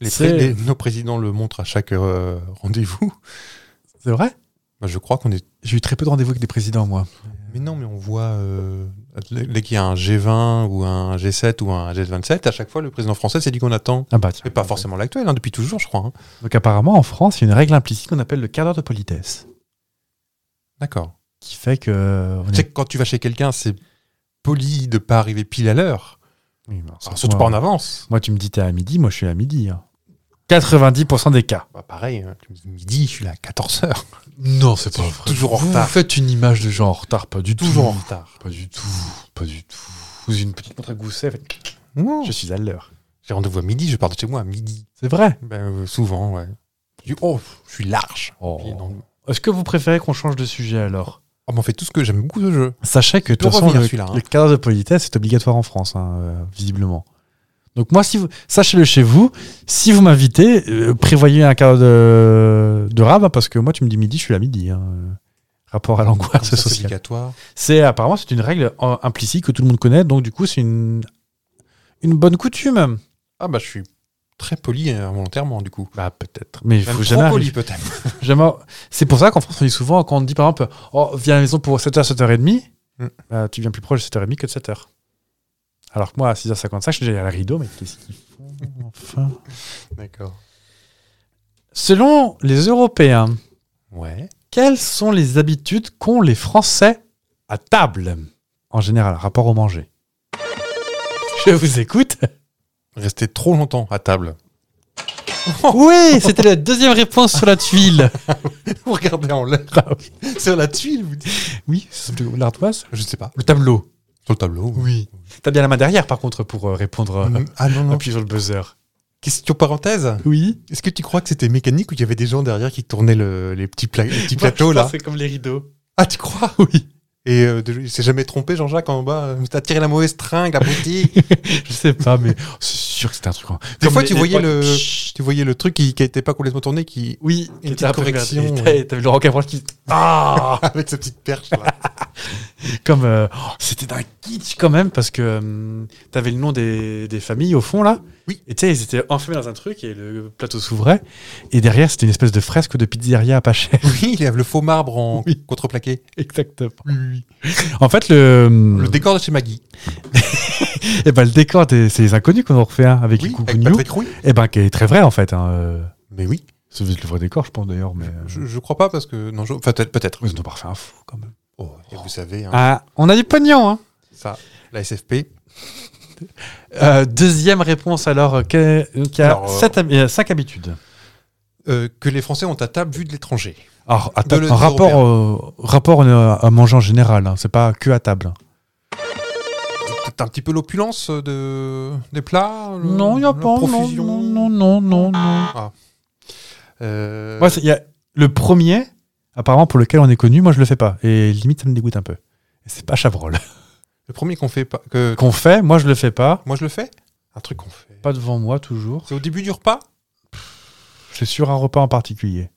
Les
C'est-
pré- les- nos présidents le montrent à chaque euh, rendez-vous.
C'est vrai
Bah, je crois qu'on est.
J'ai eu très peu de rendez-vous avec des présidents, moi.
Mais non, mais on voit. euh, dès qu'il y a un G20 ou un G7 ou un G27, à chaque fois, le président français, c'est dit qu'on attend.
Ah bah, tiens.
Mais pas forcément l'actuel, hein, depuis toujours, je crois. hein.
Donc, apparemment, en France, il y a une règle implicite qu'on appelle le quart d'heure de politesse.
D'accord.
Qui fait que. euh, on
Tu
est-
sais que quand tu vas chez quelqu'un, c'est poli de pas arriver pile à l'heure.
Oui, mais alors,
Alors, surtout pas
moi,
en avance.
Moi, tu me dis t'es à midi, moi, je suis à midi. hein. 90% des cas.
Bah, pareil, hein, tu me dis midi, je suis là à 14h.
Non, c'est
pas vrai. Vous
faites une image de gens en retard, pas du
Toujours en retard.
Pas du tout, pas du tout. Vous avez une petite montre à gousset, faites-
Non.
je suis à l'heure.
J'ai rendez-vous à midi, je pars de chez moi à midi.
C'est vrai.
Ben, euh, souvent, ouais. Je dis, oh, je suis large.
Oh.
Puis, non.
Est-ce que vous préférez qu'on change de sujet alors
Oh, mais on fait tout ce que j'aime beaucoup ce jeu.
Sachez que de
peut
toute façon,
revenir,
le,
celui-là, hein.
le cadre de politesse est obligatoire en France, hein, euh, visiblement. Donc moi, si vous, sachez-le chez vous, si vous m'invitez, euh, prévoyez un cadre de, de rab, hein, parce que moi, tu me dis midi, je suis à midi. hein, euh, Rapport à
Comme
l'angoisse
ça, C'est
sociale.
obligatoire.
C'est apparemment c'est une règle euh, implicite que tout le monde connaît, donc du coup c'est une une bonne coutume.
Ah, bah, je suis très poli euh, involontairement, du coup.
Bah peut-être. Mais il
Même
faut
trop
jamais.
poli,
arriver-
peut-être.
jamais... C'est pour ça qu'en France on dit souvent quand on dit par exemple oh viens à la maison pour 7h 7h30,
Mm.
bah, tu viens plus proche de 7h30 que de 7h. Alors que moi à 6h55 je suis déjà à la rideau mais qu'est-ce qu'ils font enfin
D'accord.
Selon les Européens,
Ouais.
quelles sont les habitudes qu'ont les Français à table en général rapport au manger Je vous écoute.
Rester trop longtemps à table.
Oui, c'était la deuxième réponse sur la tuile.
Vous regardez en l'air,
Ah oui.
sur la tuile, vous dites.
Oui, c'est l'ardoise.
Je sais pas.
Le tableau.
Sur le tableau.
Oui. T'as bien la main derrière, par contre, pour euh, répondre. euh,
Mm. Ah non, non.
appuyer sur le buzzer.
Question parenthèse.
Oui.
Est-ce que tu crois que c'était mécanique ou il y avait des gens derrière qui tournaient le- les petits, pla- les petits plateaux, là
C'est comme les rideaux.
Ah, tu crois
Oui.
Et euh, de- il s'est jamais trompé, Jean-Jacques, en bas. euh, T'as tiré la mauvaise tringle, la boutique.
Je sais pas, mais c'est sûr que c'était un truc. hein.
Des
Comme
fois,
les-
tu
les
voyais
poils-
le-
Chut.
tu voyais le truc qui n'était pas complètement tourné, qui.
Oui,
Une
qui était un
petite
peu regardé.
correction,
Et
ouais.
t'as- T'avais Laurent Cabrol qui. Ah
Avec sa petite perche, là.
Comme. euh, oh, c'était d'un kitsch quand même, parce que hum, t'avais le nom des, des familles au fond, là.
Oui.
Et tu sais, ils étaient enfermés dans un truc et le plateau s'ouvrait. Et derrière, c'était une espèce de fresque de pizzeria à pas cher.
oui, il y avait le faux marbre en
Oui.
contreplaqué.
Exactement. En fait, le.
Le décor de chez Maggie.
Eh ben, le décor, des- c'est les inconnus qu'on en refait un avec les
Oui, avec
coucougnous.
Patrick Rouille.
Eh ben, qui est très vrai en fait. Hein. euh,
Mais oui.
C'est le vrai décor, je pense d'ailleurs, mais. euh,
Je, je crois pas parce que. Non, je- enfin, peut-être. peut-être.
Ils en ont pas refait un fou quand même.
Oh, et vous savez, hein,
Ah, on a du pognon, hein.
ça, la SFP.
Euh, deuxième réponse alors, euh, que- euh, qui a
Alors, euh,
7 hab- euh, cinq habitudes.
euh, que les Français ont à table vu de l'étranger.
Alors, à
de
table-
le-
en
des
rapport, au- rapport euh, à manger en général, hein, c'est pas que à table.
Peut-être un petit peu l'opulence de, des plats le-
non, il n'y a
la
pas. Non,
profusion.
non, non, non, non. non.
Euh,
Moi, c'est- il y a le premier, apparemment pour lequel on est connu, moi je le fais pas. Et limite, ça me dégoûte un peu. Et C'est pas Chabrol.
le premier qu'on fait pas. Que,
Qu'on fait, moi je le fais pas.
moi, je le fais Un truc qu'on fait.
Pas devant moi toujours.
C'est au début du repas
C'est sur un repas en particulier.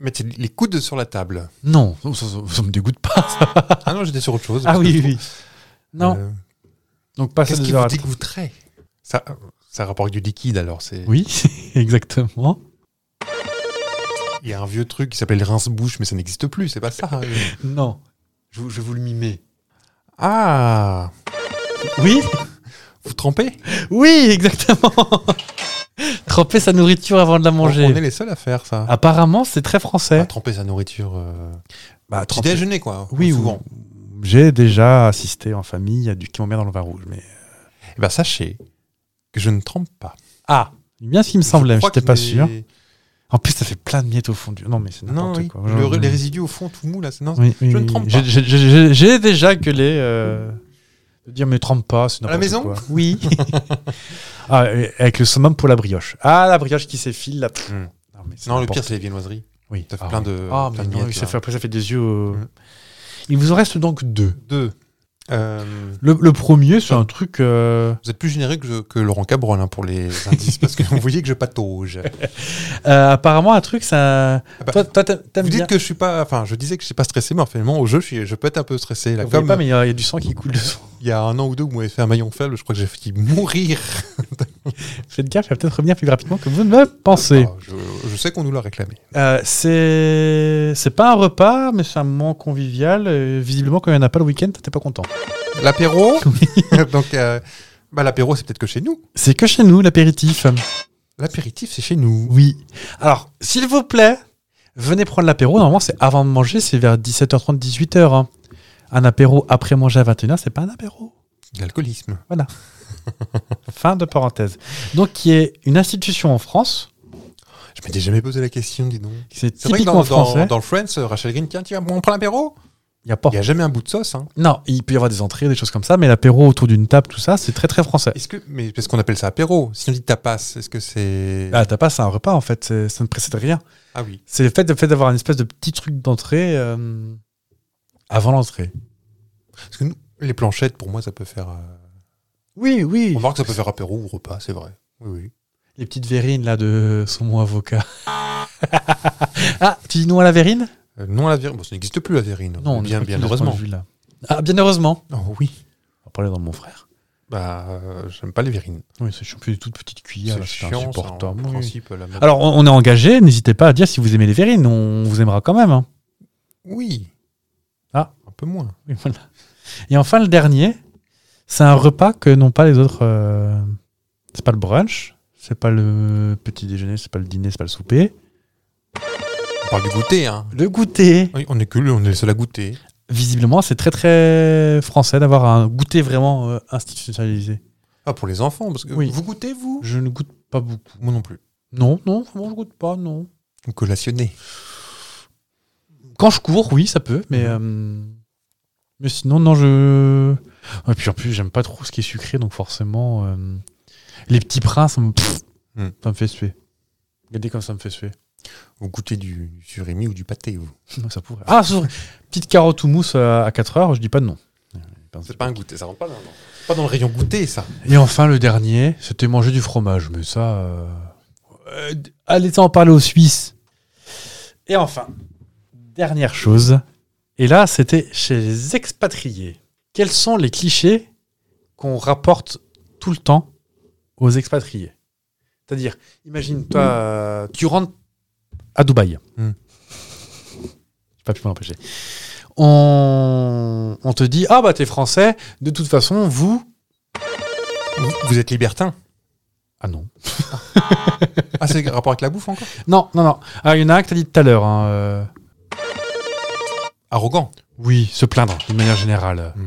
Mettre les coudes sur la table.
Non, ça, ça- ça me dégoûte pas. ça.
Ah non, j'étais sur autre chose.
Ah
parce que
oui,
je
oui.
trouve-
Non,
Euh,
donc passer
Qu'est-ce
des
qui
heures
vous
à tra-
dégoûterait ça, ça rapporte du liquide alors. c'est
Oui, exactement.
Il y a un vieux truc qui s'appelle rince-bouche, mais ça n'existe plus, c'est pas ça. hein.
Non. Je, vous- je vais vous le mimer.
ah
Oui
Vous trempez
Oui, exactement Tremper sa nourriture avant de la
On
manger. Ah
est les seuls à faire ça.
Apparemment, c'est très
À
français.
tremper sa nourriture. euh,
Bah,
petit
tremper-
déjeuner, quoi. hein,
Oui,
souvent.
souvent. J'ai déjà assisté en famille à du camembert dans le vin rouge. Mais...
Eh ben, sachez que je ne trempe pas.
Ah Bien ce qui me semblait,
Je
mais
crois
j'étais
qu'il
pas
est-
sûr. En plus, ça fait plein de miettes au fond du. Non, mais c'est
Non,
n'importe
oui.
quoi.
Le-
Genre,
les résidus au fond, tout mou, là. c'est- Non,
Oui, oui,
Je ne
oui.
trempe
J'ai-
pas.
j'ai- J'ai j'ai déjà gueulé euh, de dire mais trempe pas, c'est
À la
n'importe
maison
quoi. Oui. Ah, et avec le summum pour la brioche. Ah, la brioche qui s'effile là.
Mm.
Non, mais c'est
Non, le
n'importe-
pire, c'est les viennoiseries.
oui.
T'as fait
Ah,
plein
oui.
de.
Ah,
plein
mais
de
non,
miettes,
ça
là.
fait, après ça fait des yeux. au-
Mm.
Il vous en reste donc deux.
Deux. Euh,
Le, le premier, c'est un truc. euh,
vous êtes plus généreux que, je- que Laurent Cabrol hein, pour les indices, parce que vous voyez que je patauge.
euh, apparemment, un truc, ça.
bah,
toi, toi, t'aimes- t'aimes
Vous
bien.
dites que je suis pas. Enfin, je disais que je suis pas stressé, mais finalement, au jeu, je, suis- je peux être un peu stressé. Là,
Vous voyez
comme
pas, mais il y, a il y a du sang qui coule de son.
il y a un an ou deux, vous m'avez fait un maillon faible, je crois que j'ai failli mourir.
Faites gaffe, elle va peut-être revenir plus rapidement que vous ne le pensez.
Ah, je, je sais qu'on nous l'a réclamé.
Euh, c'est c'est pas un repas, mais c'est un moment convivial. Euh, visiblement, quand il n'y en a pas le week-end, t'es pas content.
L'apéro Donc, euh, bah, l'apéro, c'est peut-être que chez nous.
C'est que chez nous, l'apéritif.
L'apéritif, c'est chez nous.
Oui. Alors, s'il vous plaît, venez prendre l'apéro. Normalement, c'est avant de manger, c'est vers 17h30, 18h. hein. Un apéro après manger à 21h, c'est pas un apéro.
L'alcoolisme.
Fin de parenthèse. Donc, qui est une institution en France.
Je m'étais jamais posé la question, dis donc.
C'est
C'est vrai que dans,
typiquement français.
dans, dans le Friends, euh, Rachel Green, tiens, tiens, on prend l'apéro
Il y a pas.
Il n'y a jamais un bout de sauce. Hein.
Non, il peut y avoir des entrées, des choses comme ça, mais l'apéro autour d'une table, tout ça, c'est très très français.
Est-ce que, mais parce qu'on appelle ça apéro. Si on dit tapas, est-ce que c'est.
Ah, t'as pas, c'est un repas en fait. c'est- Ça ne précède rien.
Ah oui.
C'est le fait, le fait d'avoir une espèce de petit truc d'entrée euh, avant l'entrée.
Parce que nous, les planchettes, pour moi, ça peut faire. euh,
Oui, oui.
On remarque que ça peut faire apéro ou repas, c'est vrai. Oui, oui.
Les petites verrines là de saumon avocat. ah, tu dis non à la verrine
Euh, non, à la verrine. Bon, ça n'existe plus, la verrine. bien, bien heureusement.
Ah, bien heureusement.
Oh oui.
On va parler dans mon frère.
Bah, euh, j'aime pas les verrines.
Oui, c'est chiant, puis des toutes petites cuillères,
C'est
là, c'est
chiant, ça, en
insupportable. Oui.
principe, la mode-
Alors, on, on est engagé, n'hésitez pas à dire si vous aimez les verrines, on vous aimera quand même. hein.
Oui.
Ah.
Un peu moins.
Oui, voilà. Et enfin, le dernier, c'est un repas que n'ont pas les autres. euh, C'est pas le brunch, c'est pas le petit déjeuner, c'est pas le dîner, c'est pas le souper.
On parle du goûter, hein.
Le goûter.
Oui, on est que le- on est les seuls à goûter.
Visiblement, c'est très très français d'avoir un goûter vraiment euh, institutionnalisé.
Ah, pour les enfants, parce que
Oui.
vous goûtez, vous
Je ne goûte pas beaucoup.
Moi non plus.
Non, non, vraiment, je goûte pas, non.
Ou collationné.
Quand je cours, oui, ça peut, mais euh, mais sinon, non, je. Et puis en plus, j'aime pas trop ce qui est sucré, donc forcément, euh, les petits princes, ça me, pff,
Hmm.
ça me fait suer. Regardez comme ça me fait suer.
Vous goûtez du, du surimi ou du pâté, vous.
Non, ça pourrait. Ah, sur- petite carotte ou mousse à à 4 heures, je dis pas de non.
C'est pas un goûter, ça rentre pas dans, pas dans le rayon goûter, ça.
Et enfin, le dernier, c'était manger du fromage, mais ça. euh, euh, allez en parler aux Suisses. Et enfin, dernière chose. Et là, c'était chez les expatriés. Quels sont les clichés qu'on rapporte tout le temps aux expatriés C'est-à-dire, imagine, toi, euh, tu rentres à Dubaï.
Hmm.
J'ai pas pu m'en empêcher. On, on te dit Ah, bah, t'es français, de toute façon, vous.
Vous, vous êtes libertin.
Ah non.
Ah, c'est rapport avec la bouffe encore
Non, non, non. Ah, il y en a un que t'as dit tout à l'heure. hein, euh,
Arrogant.
Oui, se plaindre, d'une manière générale.
Mm.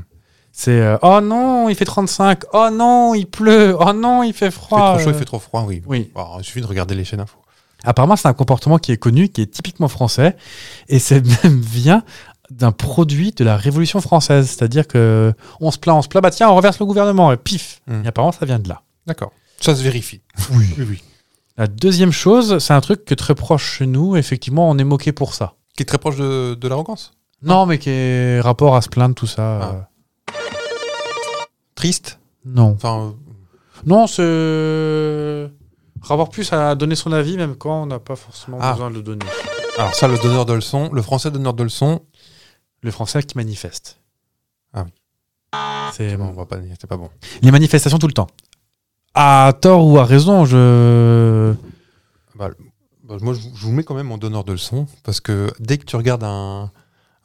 C'est euh, Oh non, il fait 35. Oh non, il pleut. Oh non, il fait
Il fait
froid.
trop chaud, il
Euh,
fait trop froid, oui.
Oui.
Alors, il suffit de regarder les chaînes info.
Apparemment, c'est un comportement qui est connu, qui est typiquement français. Et c'est même vient d'un produit de la Révolution française. C'est-à-dire que on se plaint, on se plaint. Bah tiens, on reverse le gouvernement. Et pif.
Mm.
Et apparemment, ça vient de là.
D'accord. Ça se vérifie.
Oui.
Oui, oui.
La deuxième chose, c'est un truc que très proche chez nous. Effectivement, on est moqué pour ça.
Qui est très proche de, de l'arrogance.
Non, mais qui est rapport à se plaindre, tout ça.
Ah.
euh,
Triste.
Non.
Enfin,
Non, c'est. Rapport plus à donner son avis, même quand on n'a pas forcément
Ah.
besoin de le donner.
euh, alors ça, le donneur de leçons, le français donneur de leçons,
Le français qui manifeste.
Ah oui.
C'est
bon, Eh ben,
bon.
on va pas dire, c'est pas bon.
Les manifestations tout le temps. À tort ou à raison, je.
Bah, moi, je vous je vous mets quand même en donneur de leçons, parce que dès que tu regardes un,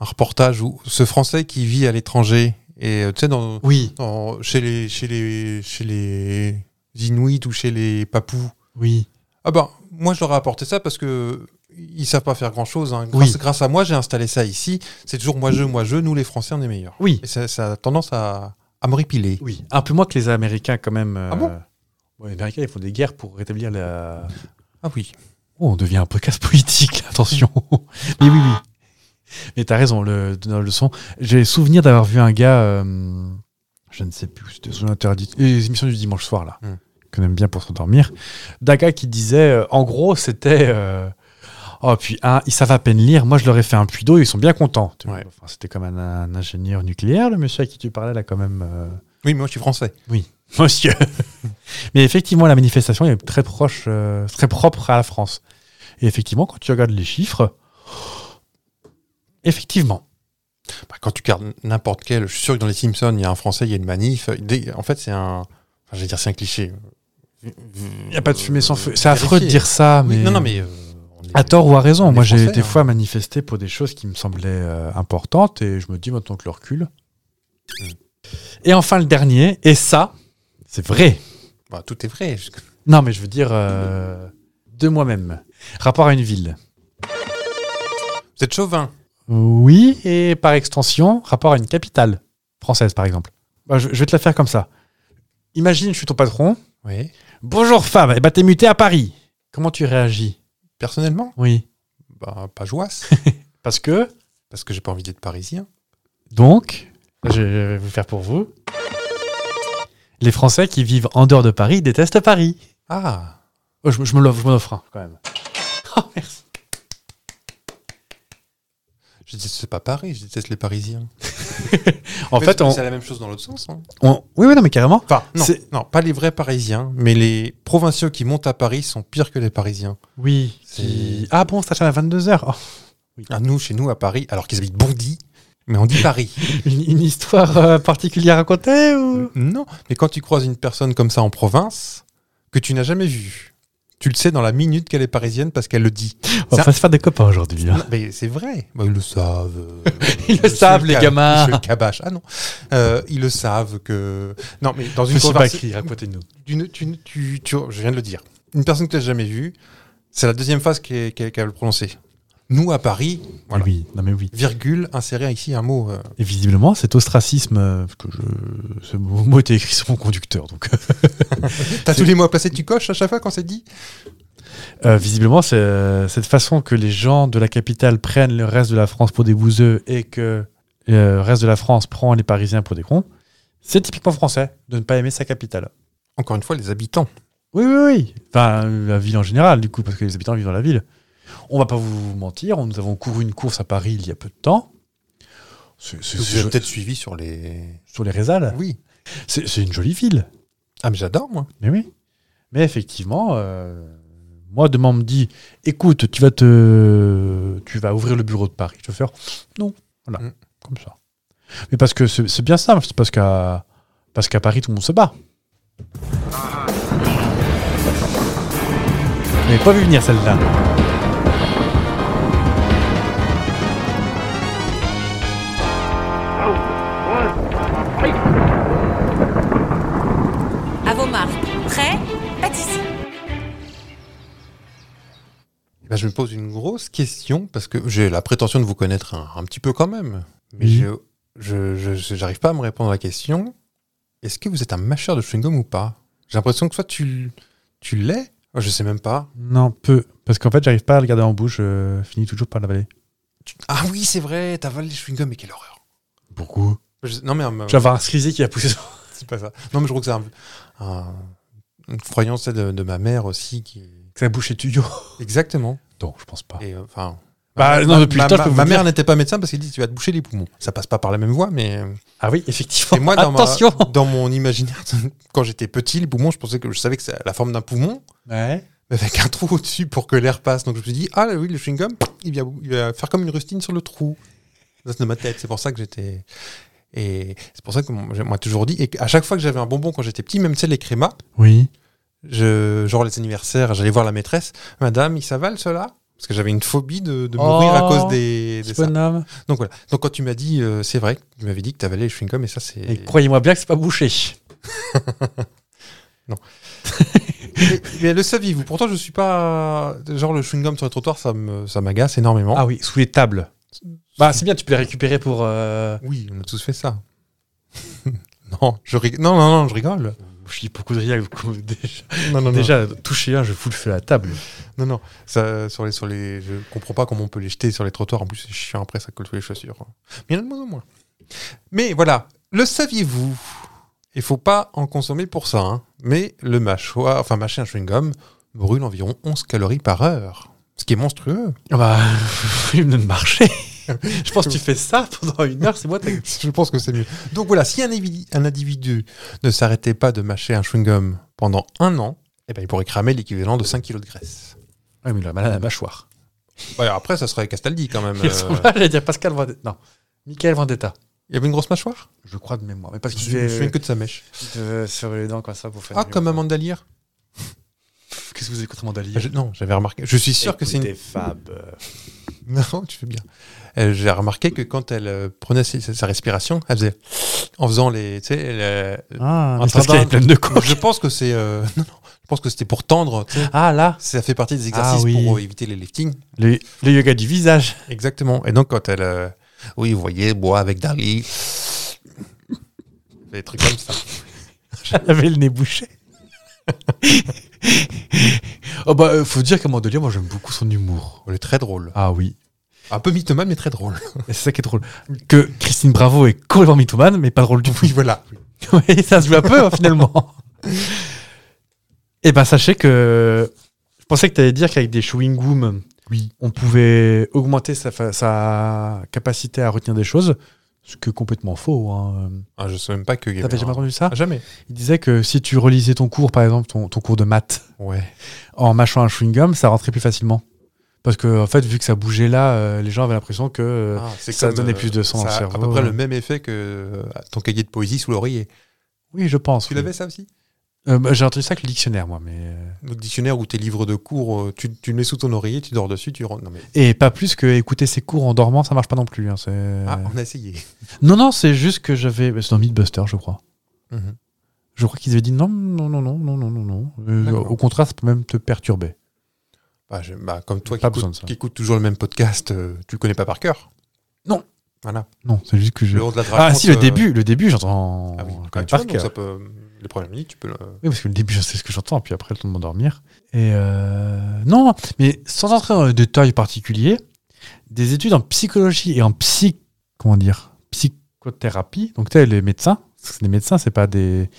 un reportage où ce Français qui vit à l'étranger, et euh, tu sais, dans,
Oui.
dans- chez, les, chez, les, chez les Inuits ou chez les Papous,
Oui.
ah ben, moi, je leur ai apporté ça parce que ils savent pas faire grand-chose. hein. Grâce,
Oui.
grâce à moi, j'ai installé ça ici. C'est toujours moi, je, moi, je, nous, les Français, on est meilleurs.
Oui.
Et ça, ça a tendance à, à me répiler.
Oui. Un peu moins que les Américains, quand même.
Ah bon
euh, ouais, Les Américains, ils font des guerres pour rétablir la.
Ah oui.
Oh, on devient un podcast politique, attention. Mais oui, oui. Mais t'as raison, le, dans le son. J'ai souvenir d'avoir vu un gars, euh, je ne sais plus, où c'était sous l'interdit, et les émissions du dimanche soir, là,
Hmm.
qu'on aime bien pour s'endormir, d'un gars qui disait, euh, en gros, c'était. euh, Oh, puis un, ils savent à peine lire. Moi, je leur ai fait un puits d'eau, ils sont bien contents. Tu vois.
Ouais.
Enfin, c'était comme un, un ingénieur nucléaire, le monsieur à qui tu parlais, là, quand même. euh,
Oui, mais moi, je suis français.
monsieur. Mais effectivement, la manifestation est très proche, euh, très propre à la France. Et effectivement, quand tu regardes les chiffres, effectivement,
Bah, quand tu regardes n'importe quel, je suis sûr que dans les Simpsons, il y a un Français, il y a une manif. Dès- en fait, c'est un. Enfin, je vais dire, c'est un cliché.
il n'y a pas de fumée sans feu. C'est
Vérifier.
affreux de dire ça,
Oui,
mais,
Non, non, mais. euh, on est-
à tort ou à
on
raison.
est
Moi, j'ai
Français,
des
hein.
fois manifesté pour des choses qui me semblaient euh, importantes et je me dis maintenant que le recul.
Hmm.
Et enfin, le dernier, et ça, c'est vrai.
Bah, tout est vrai. jusque-
Non, mais je veux dire euh, de moi-même. Rapport à une ville.
Vous êtes chauvin.
Oui, et par extension, rapport à une capitale française, par exemple. Bah, je, je vais te la faire comme ça. Imagine, je suis ton patron.
Oui.
Bonjour femme, et bah t'es muté à Paris. Comment tu réagis
Personnellement,
Oui.
bah, pas joasse.
Parce que,
parce que j'ai pas envie d'être parisien.
donc, je vais vous faire pour vous. Les Français qui vivent en dehors de Paris détestent Paris.
Ah
Oh, je, me- je me l'offre, je m'en offre un quand même. Oh, merci.
Je déteste pas Paris, je déteste les Parisiens.
En fait, on,
c'est la même chose dans l'autre sens. hein.
on- Oui, oui, non, mais carrément.
Enfin, non,
C'est-
non, pas les vrais Parisiens, mais les provinciaux qui montent à Paris sont pires que les Parisiens.
Oui. qui- Ah bon, ça s'achète à 22h.
Ah, nous, chez nous, à Paris, alors qu'ils habitent Bondy, Mais on dit Paris.
Une, une histoire euh, particulière à raconter ou
non, mais quand tu croises une personne comme ça en province, que tu n'as jamais vue, tu le sais dans la minute qu'elle est parisienne parce qu'elle le dit.
On va pas se faire des copains aujourd'hui. hein.
Non, mais c'est vrai. Bah, ils le savent. euh,
Ils le
monsieur
savent, les
cab-
gamins.
monsieur le cabache. Ah non. Euh, ils le savent que. Non, mais dans une
Je sais pas
conversa-
qui, racontez-nous.
d'une- tu- tu- tu- je viens de le dire. Une personne que tu n'as jamais vue, c'est la deuxième phrase qui est- qui est- qu'elle va le prononcer. Nous, à Paris, voilà.
Oui, non mais oui.
virgule, insérer ici un mot. euh,
Et visiblement, cet ostracisme, euh, parce que je... ce mot mot était écrit sur mon conducteur, donc
T'as tous les mots à placer, tu coches à chaque fois quand c'est dit
Euh, visiblement, c'est, euh, cette façon que les gens de la capitale prennent le reste de la France pour des bouseux et que euh, le reste de la France prend les Parisiens pour des cons, c'est typiquement français de ne pas aimer sa capitale.
Encore une fois, les habitants.
Oui, oui, oui. Enfin, la ville en général, du coup, parce que les habitants vivent dans la ville. On va pas vous mentir, nous avons couru une course à Paris il y a peu de temps. C'est- c'est- Ah.
J'ai
c'est-
peut-être suivi sur les.
sur les Résales.
Oui.
C'est c'est une jolie ville.
Ah, mais j'adore, moi.
Mais oui. Mais effectivement, euh, moi, demain, on me dit écoute, tu vas te. Tu vas ouvrir le bureau de Paris. Je vais faire non. Voilà.
Mm.
Comme ça. Mais parce que c'est c'est bien simple, c'est parce qu'à. Parce qu'à Paris, tout le monde se bat. Ah. Vous n'avez pas vu venir celle-là.
À vos marques. Prêt Pâtisserie.
Eh ben, je me pose une grosse question parce que j'ai la prétention de vous connaître un, un petit peu quand même. Mais
Oui.
je, je, je- j'arrive pas à me répondre à la question. Est-ce que vous êtes un mâcheur de chewing-gum ou pas J'ai l'impression que soit tu, tu l'es. Oh, Je sais même pas.
Non, peu. Parce qu'en fait, j'arrive pas à le garder en bouche. Je finis toujours par l'avaler.
Tu- Ah oui, c'est vrai, t'avales les chewing-gums, mais quelle horreur.
Pourquoi
Je- non, mais euh,
Je vais avoir un Scrisi qui a poussé son-
c'est pas ça. Non, mais je crois que c'est un- un- une croyance c'est de, de ma mère aussi. Qui...
que sa bouche est tuyau.
Exactement.
Non, je pense pas.
Et, euh, enfin,
Bah, non, depuis
ma,
le temps, je
ma-
peux vous
ma
dire-
mère n'était pas médecin parce qu'elle dit tu vas te boucher les poumons. Ça passe pas par la même voie, mais. euh,
Ah oui, effectivement.
Et moi, dans, ma-
Attention
dans mon imaginaire, quand j'étais petit, les poumons, je pensais que je savais que c'est la forme d'un poumon,
Ouais.
mais avec un trou au-dessus pour que l'air passe. Donc je me suis dit, ah oui, le chewing-gum, il va, il va faire comme une rustine sur le trou. Ça, c'est de ma tête. C'est pour ça que j'étais. Et c'est pour ça que mon- j'ai- on m'a toujours dit, et à chaque fois que j'avais un bonbon quand j'étais petit, même celle les crémas,
Oui.
je, genre les anniversaires, j'allais voir la maîtresse, madame, il s'avale cela Parce que j'avais une phobie de, de mourir à
Oh,
cause des. des
Ce
ça.
bonhomme.
Donc voilà. Donc quand tu m'as dit, euh, c'est vrai, tu m'avais dit que tu avalais les chewing-gum, et ça, c'est.
Et croyez-moi bien que c'est pas bouché.
Mais, mais le saviez-vous Pourtant, je suis pas. Genre, le chewing-gum sur le trottoir, ça me- ça m'agace énormément.
Ah oui, sous les tables. Bah c'est bien, tu peux les récupérer pour. euh,
oui, on a tous fait ça. non, je rigole. Non, non, non, je rigole.
Je dis beaucoup de rien. du coup, Déjà,
Non, non, non.
déjà toucher un, je fous le feu à la table.
Non, non. Ça, sur les, sur les, je comprends pas comment on peut les jeter sur les trottoirs. En plus, c'est chiant après, ça colle tous les chaussures. Mais il y en a de moins en moins. Mais voilà. Le saviez-vous Il faut pas en consommer pour ça. hein. Mais le mâchoire, enfin, mâcher un chewing-gum brûle environ 11 calories par heure. Ce qui est monstrueux.
Ah Bah, il me donne marcher. Je pense que tu fais ça pendant une heure, c'est moi. t'as-
Je pense que c'est mieux. Donc voilà, si un, évi- un individu ne s'arrêtait pas de mâcher un chewing-gum pendant un an, eh ben, il pourrait cramer l'équivalent de 5 kilos de graisse.
Ouais, mais il a mal à la mâchoire.
Ouais, après, ça serait Castaldi quand même.
Ils
euh.
sont là, j'allais dire Pascal Vendetta. Non, Michael Vendetta.
Il y avait une grosse mâchoire
Je crois de mémoire. Mais parce
Je me souviens que de sa mèche.
sur les dents comme ça pour faire.
Ah, comme un mandalire
Qu'est-ce que vous écoutez, Mandali
Je- Non, j'avais remarqué. Je suis sûr que c'est une.
Fab.
Non, tu fais bien. Euh, J'ai remarqué que quand elle euh, prenait sa, sa- sa respiration, elle faisait. En faisant les. Tu sais, elle, euh,
Ah,
Un
mais c'est parce
standard.
qu'elle est pleine de coups.
Je pense que c'est. euh, Non, non. Je pense que c'était pour tendre. tu sais.
Ah là,
Ça fait partie des exercices
Ah oui.
pour euh, éviter les liftings.
le, le yoga du visage.
Exactement. Et donc, quand elle. euh, oui, vous voyez, bois avec Dali. Des trucs comme ça.
J'avais le nez bouché. oh bah, euh, faut dire qu'à Mandelier, moi j'aime beaucoup son humour.
Elle est très drôle.
Ah oui,
Un peu mythomane, mais très drôle.
c'est ça qui est drôle. Que Christine Bravo est complètement mythomane, mais pas drôle du tout.
Oui, voilà.
Ouais, ça se joue un peu hein, finalement. Eh ben, sachez que je pensais que tu allais dire qu'avec des chewing-gum, oui. on pouvait augmenter sa, fa- sa capacité à retenir des choses, ce qui est complètement faux. Hein.
Ah, je sais même pas que.
T'avais jamais entendu ça
Ah, Jamais.
Il disait que si tu relisais ton cours, par exemple ton, ton cours de maths,
Ouais.
en mâchant un chewing-gum, ça rentrait plus facilement. Parce que, en fait, vu que ça bougeait là, euh, les gens avaient l'impression que. euh,
Ah, c'est
ça
comme,
donnait
euh,
plus de sang
ça
dans le
a
cerveau,
à peu près
ouais.
le même effet que euh, ton cahier de poésie sous l'oreiller.
oui, je pense.
Tu
oui.
l'avais ça aussi
Euh, bah, J'ai entendu ça avec le dictionnaire, moi. mais euh,
Le dictionnaire ou tes livres de cours, euh, tu, tu le mets sous ton oreiller, tu dors dessus, tu rentres. Non mais
Et pas plus que écouter ses cours en dormant, ça marche pas non plus. hein, c'est-
ah, on a essayé.
Non, non, c'est juste que j'avais. bah, C'est dans Mythbuster, je crois.
Mhm.
Je crois qu'ils avaient dit non, non, non, non, non, non, non, non. Euh,
D'accord.
au contraire, ça peut même te perturber.
Bah, je- bah, comme toi qui
Pas besoin de
écoutes,
ça.
qui écoutes toujours le même podcast, euh, tu le connais pas par cœur.
Non.
Voilà.
Non, c'est juste que je.
Le haut de la
Ah,
raconte,
si, le
euh,
début, le début, j'entends.
Ah oui.
je
Ah,
connais
tu
par
vois, donc
cœur.
ça peut- Les premières minutes, tu peux le. euh,
Oui, parce que le début, je sais ce que j'entends, puis après, le temps de m'endormir. Et euh, non, mais sans entrer dans les détails particuliers, des études en psychologie et en psy, comment dire, psychothérapie. Donc, tu sais, les médecins, parce que c'est des médecins, c'est pas des,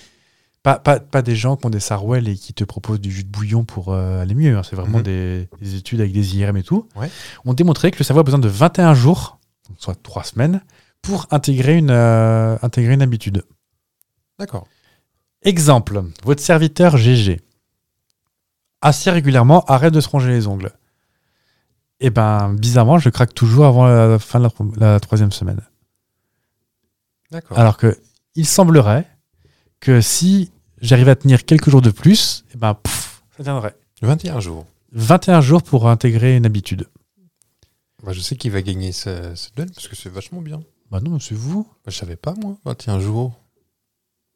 pas, pas, pas des gens qui ont des sarouels et qui te proposent du jus de bouillon pour euh, aller mieux. hein. C'est vraiment
Mhm.
des, des études avec des IRM et tout.
Ouais.
Ont démontré que le cerveau a besoin de 21 jours, donc soit 3 semaines, pour intégrer une, euh, intégrer une habitude.
D'accord.
Exemple, votre serviteur GG, assez régulièrement, arrête de se ronger les ongles. Et ben, bizarrement, je craque toujours avant la fin de la, tro- la troisième semaine.
D'accord.
Alors que, il semblerait que si j'arrive à tenir quelques jours de plus, et ben, pff, ça tiendrait.
21 jours.
21 jours pour intégrer une habitude.
Bah, je sais qui va gagner ce, ce duel parce que c'est vachement bien.
Bah non, c'est vous.
Bah, je savais pas, moi. 21 jours.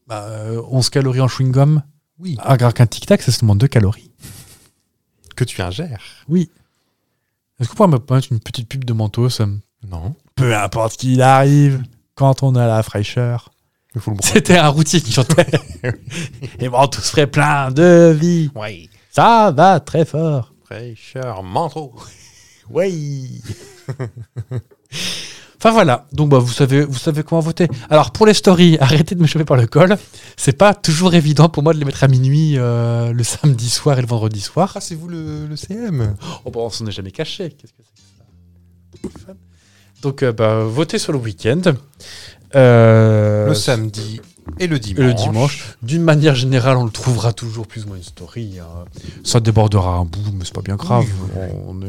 Bah, euh, 11 calories en chewing-gum.
Oui.
Ah, grave qu'un tic-tac, ça se demande 2 calories.
Que tu ingères.
Oui. Est-ce qu'on pourrait me mettre une petite pub de Mentos euh,
Non.
Peu importe qu'il arrive, quand on a la fraîcheur.
Il faut le bras.
C'était un routier qui chantait. Et bon, tous ferait plein de vie.
Oui.
Ça va très fort.
Fraîcheur, manteau.
Oui. enfin voilà. Donc bah, vous savez, vous savez comment voter. Alors pour les stories, arrêtez de me choper par le col. C'est pas toujours évident pour moi de les mettre à minuit euh, le samedi soir et le vendredi soir.
Ah, c'est vous le, le CM
Oh bah, on s'en est jamais caché. Qu'est-ce que c'est que ça Donc euh, bah, votez sur le week-end. Euh,
Le samedi et le dimanche.
Et le dimanche. D'une manière générale, on le trouvera toujours plus ou moins une story. hein. Ça débordera un bout, mais c'est pas bien grave.
Oui, oui, oui.
On est,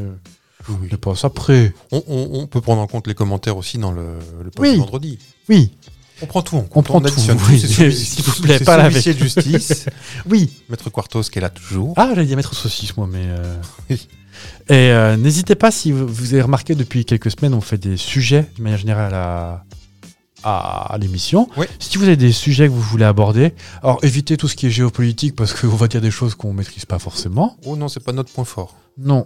Oui,
on
oui.
est pas ça près.
On, on- on peut prendre en compte les commentaires aussi dans le, le post
Oui.
vendredi.
Oui,
On prend tout en compte.
On prend tout,
additionne
oui.
C'est celui-
S'il vous plaît,
c'est
pas la
celui-ci
avec.
de justice.
oui.
Maître Quartos qui est là toujours.
Ah, j'allais dire mettre saucisse, moi, mais. euh,
Oui.
Et euh, n'hésitez pas, si vous- vous avez remarqué depuis quelques semaines, on fait des sujets, de manière générale, à, à, à l'émission.
Oui.
Si vous avez des sujets que vous voulez aborder, alors évitez tout ce qui est géopolitique, parce qu'on va dire des choses qu'on maîtrise pas forcément.
Oh non, c'est pas notre point fort.
Non.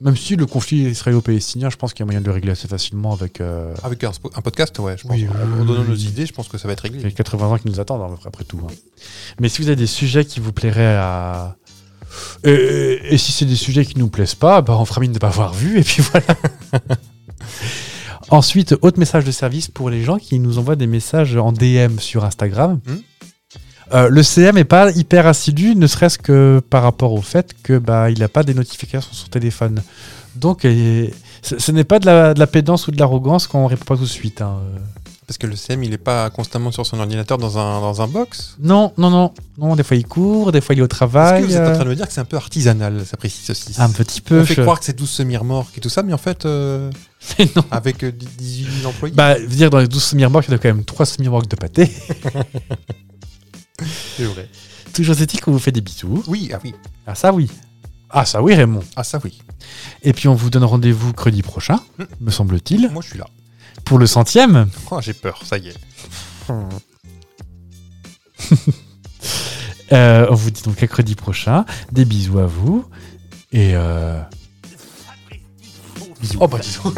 Même si le conflit israélo-palestinien, je pense qu'il y a moyen de le régler assez facilement avec euh,
Avec un, spo- un podcast, ouais, je pense.
Oui,
en,
oui,
en donnant
oui,
nos
oui.
idées, je pense que ça va être réglé.
les 80 ans qui nous attendent, hein, après tout. hein. Mais si vous avez des sujets qui vous plairaient à. Et, et- et si c'est des sujets qui nous plaisent pas, bah on fera mine de pas avoir vu, et puis voilà. Ensuite, autre message de service pour les gens qui nous envoient des messages en DM sur Instagram.
Hmm.
Euh, le CM est pas hyper assidu, ne serait-ce que par rapport au fait que bah il n'a pas des notifications sur son téléphone. Donc, euh, ce ce n'est pas de la, de la pédance ou de l'arrogance quand on répond pas tout de suite. hein.
Parce que le CM, il est pas constamment sur son ordinateur dans un, dans un box.
Non, non, non, non. Des fois il court, des fois il est au
Est-ce
travail.
que vous êtes en
euh,
train de me dire que c'est un peu artisanal, ça précise ceci
Un petit peu.
On fait
je-
croire que c'est 12 semi-remorques et tout ça, mais en fait, euh,
Mais non.
avec euh, 18 000 employés,
Bah, je veux dire dans les 12 semi-remorques, il y en a quand même 3 semi-remorques de pâté.
c'est vrai.
Toujours est-il qu'on vous fait des bisous.
Oui, ah oui,
Ah ça oui. Ah ça oui Raymond.
ah ça oui.
Et puis on vous donne rendez-vous mercredi prochain,
Hmm.
me semble-t-il,
Moi, je suis là.
pour le centième.
Oh, j'ai peur, ça y est. Hmm.
Euh, on vous dit donc mercredi prochain. Des bisous à vous. Et euh...
Sapristi,
Oh bah dis donc.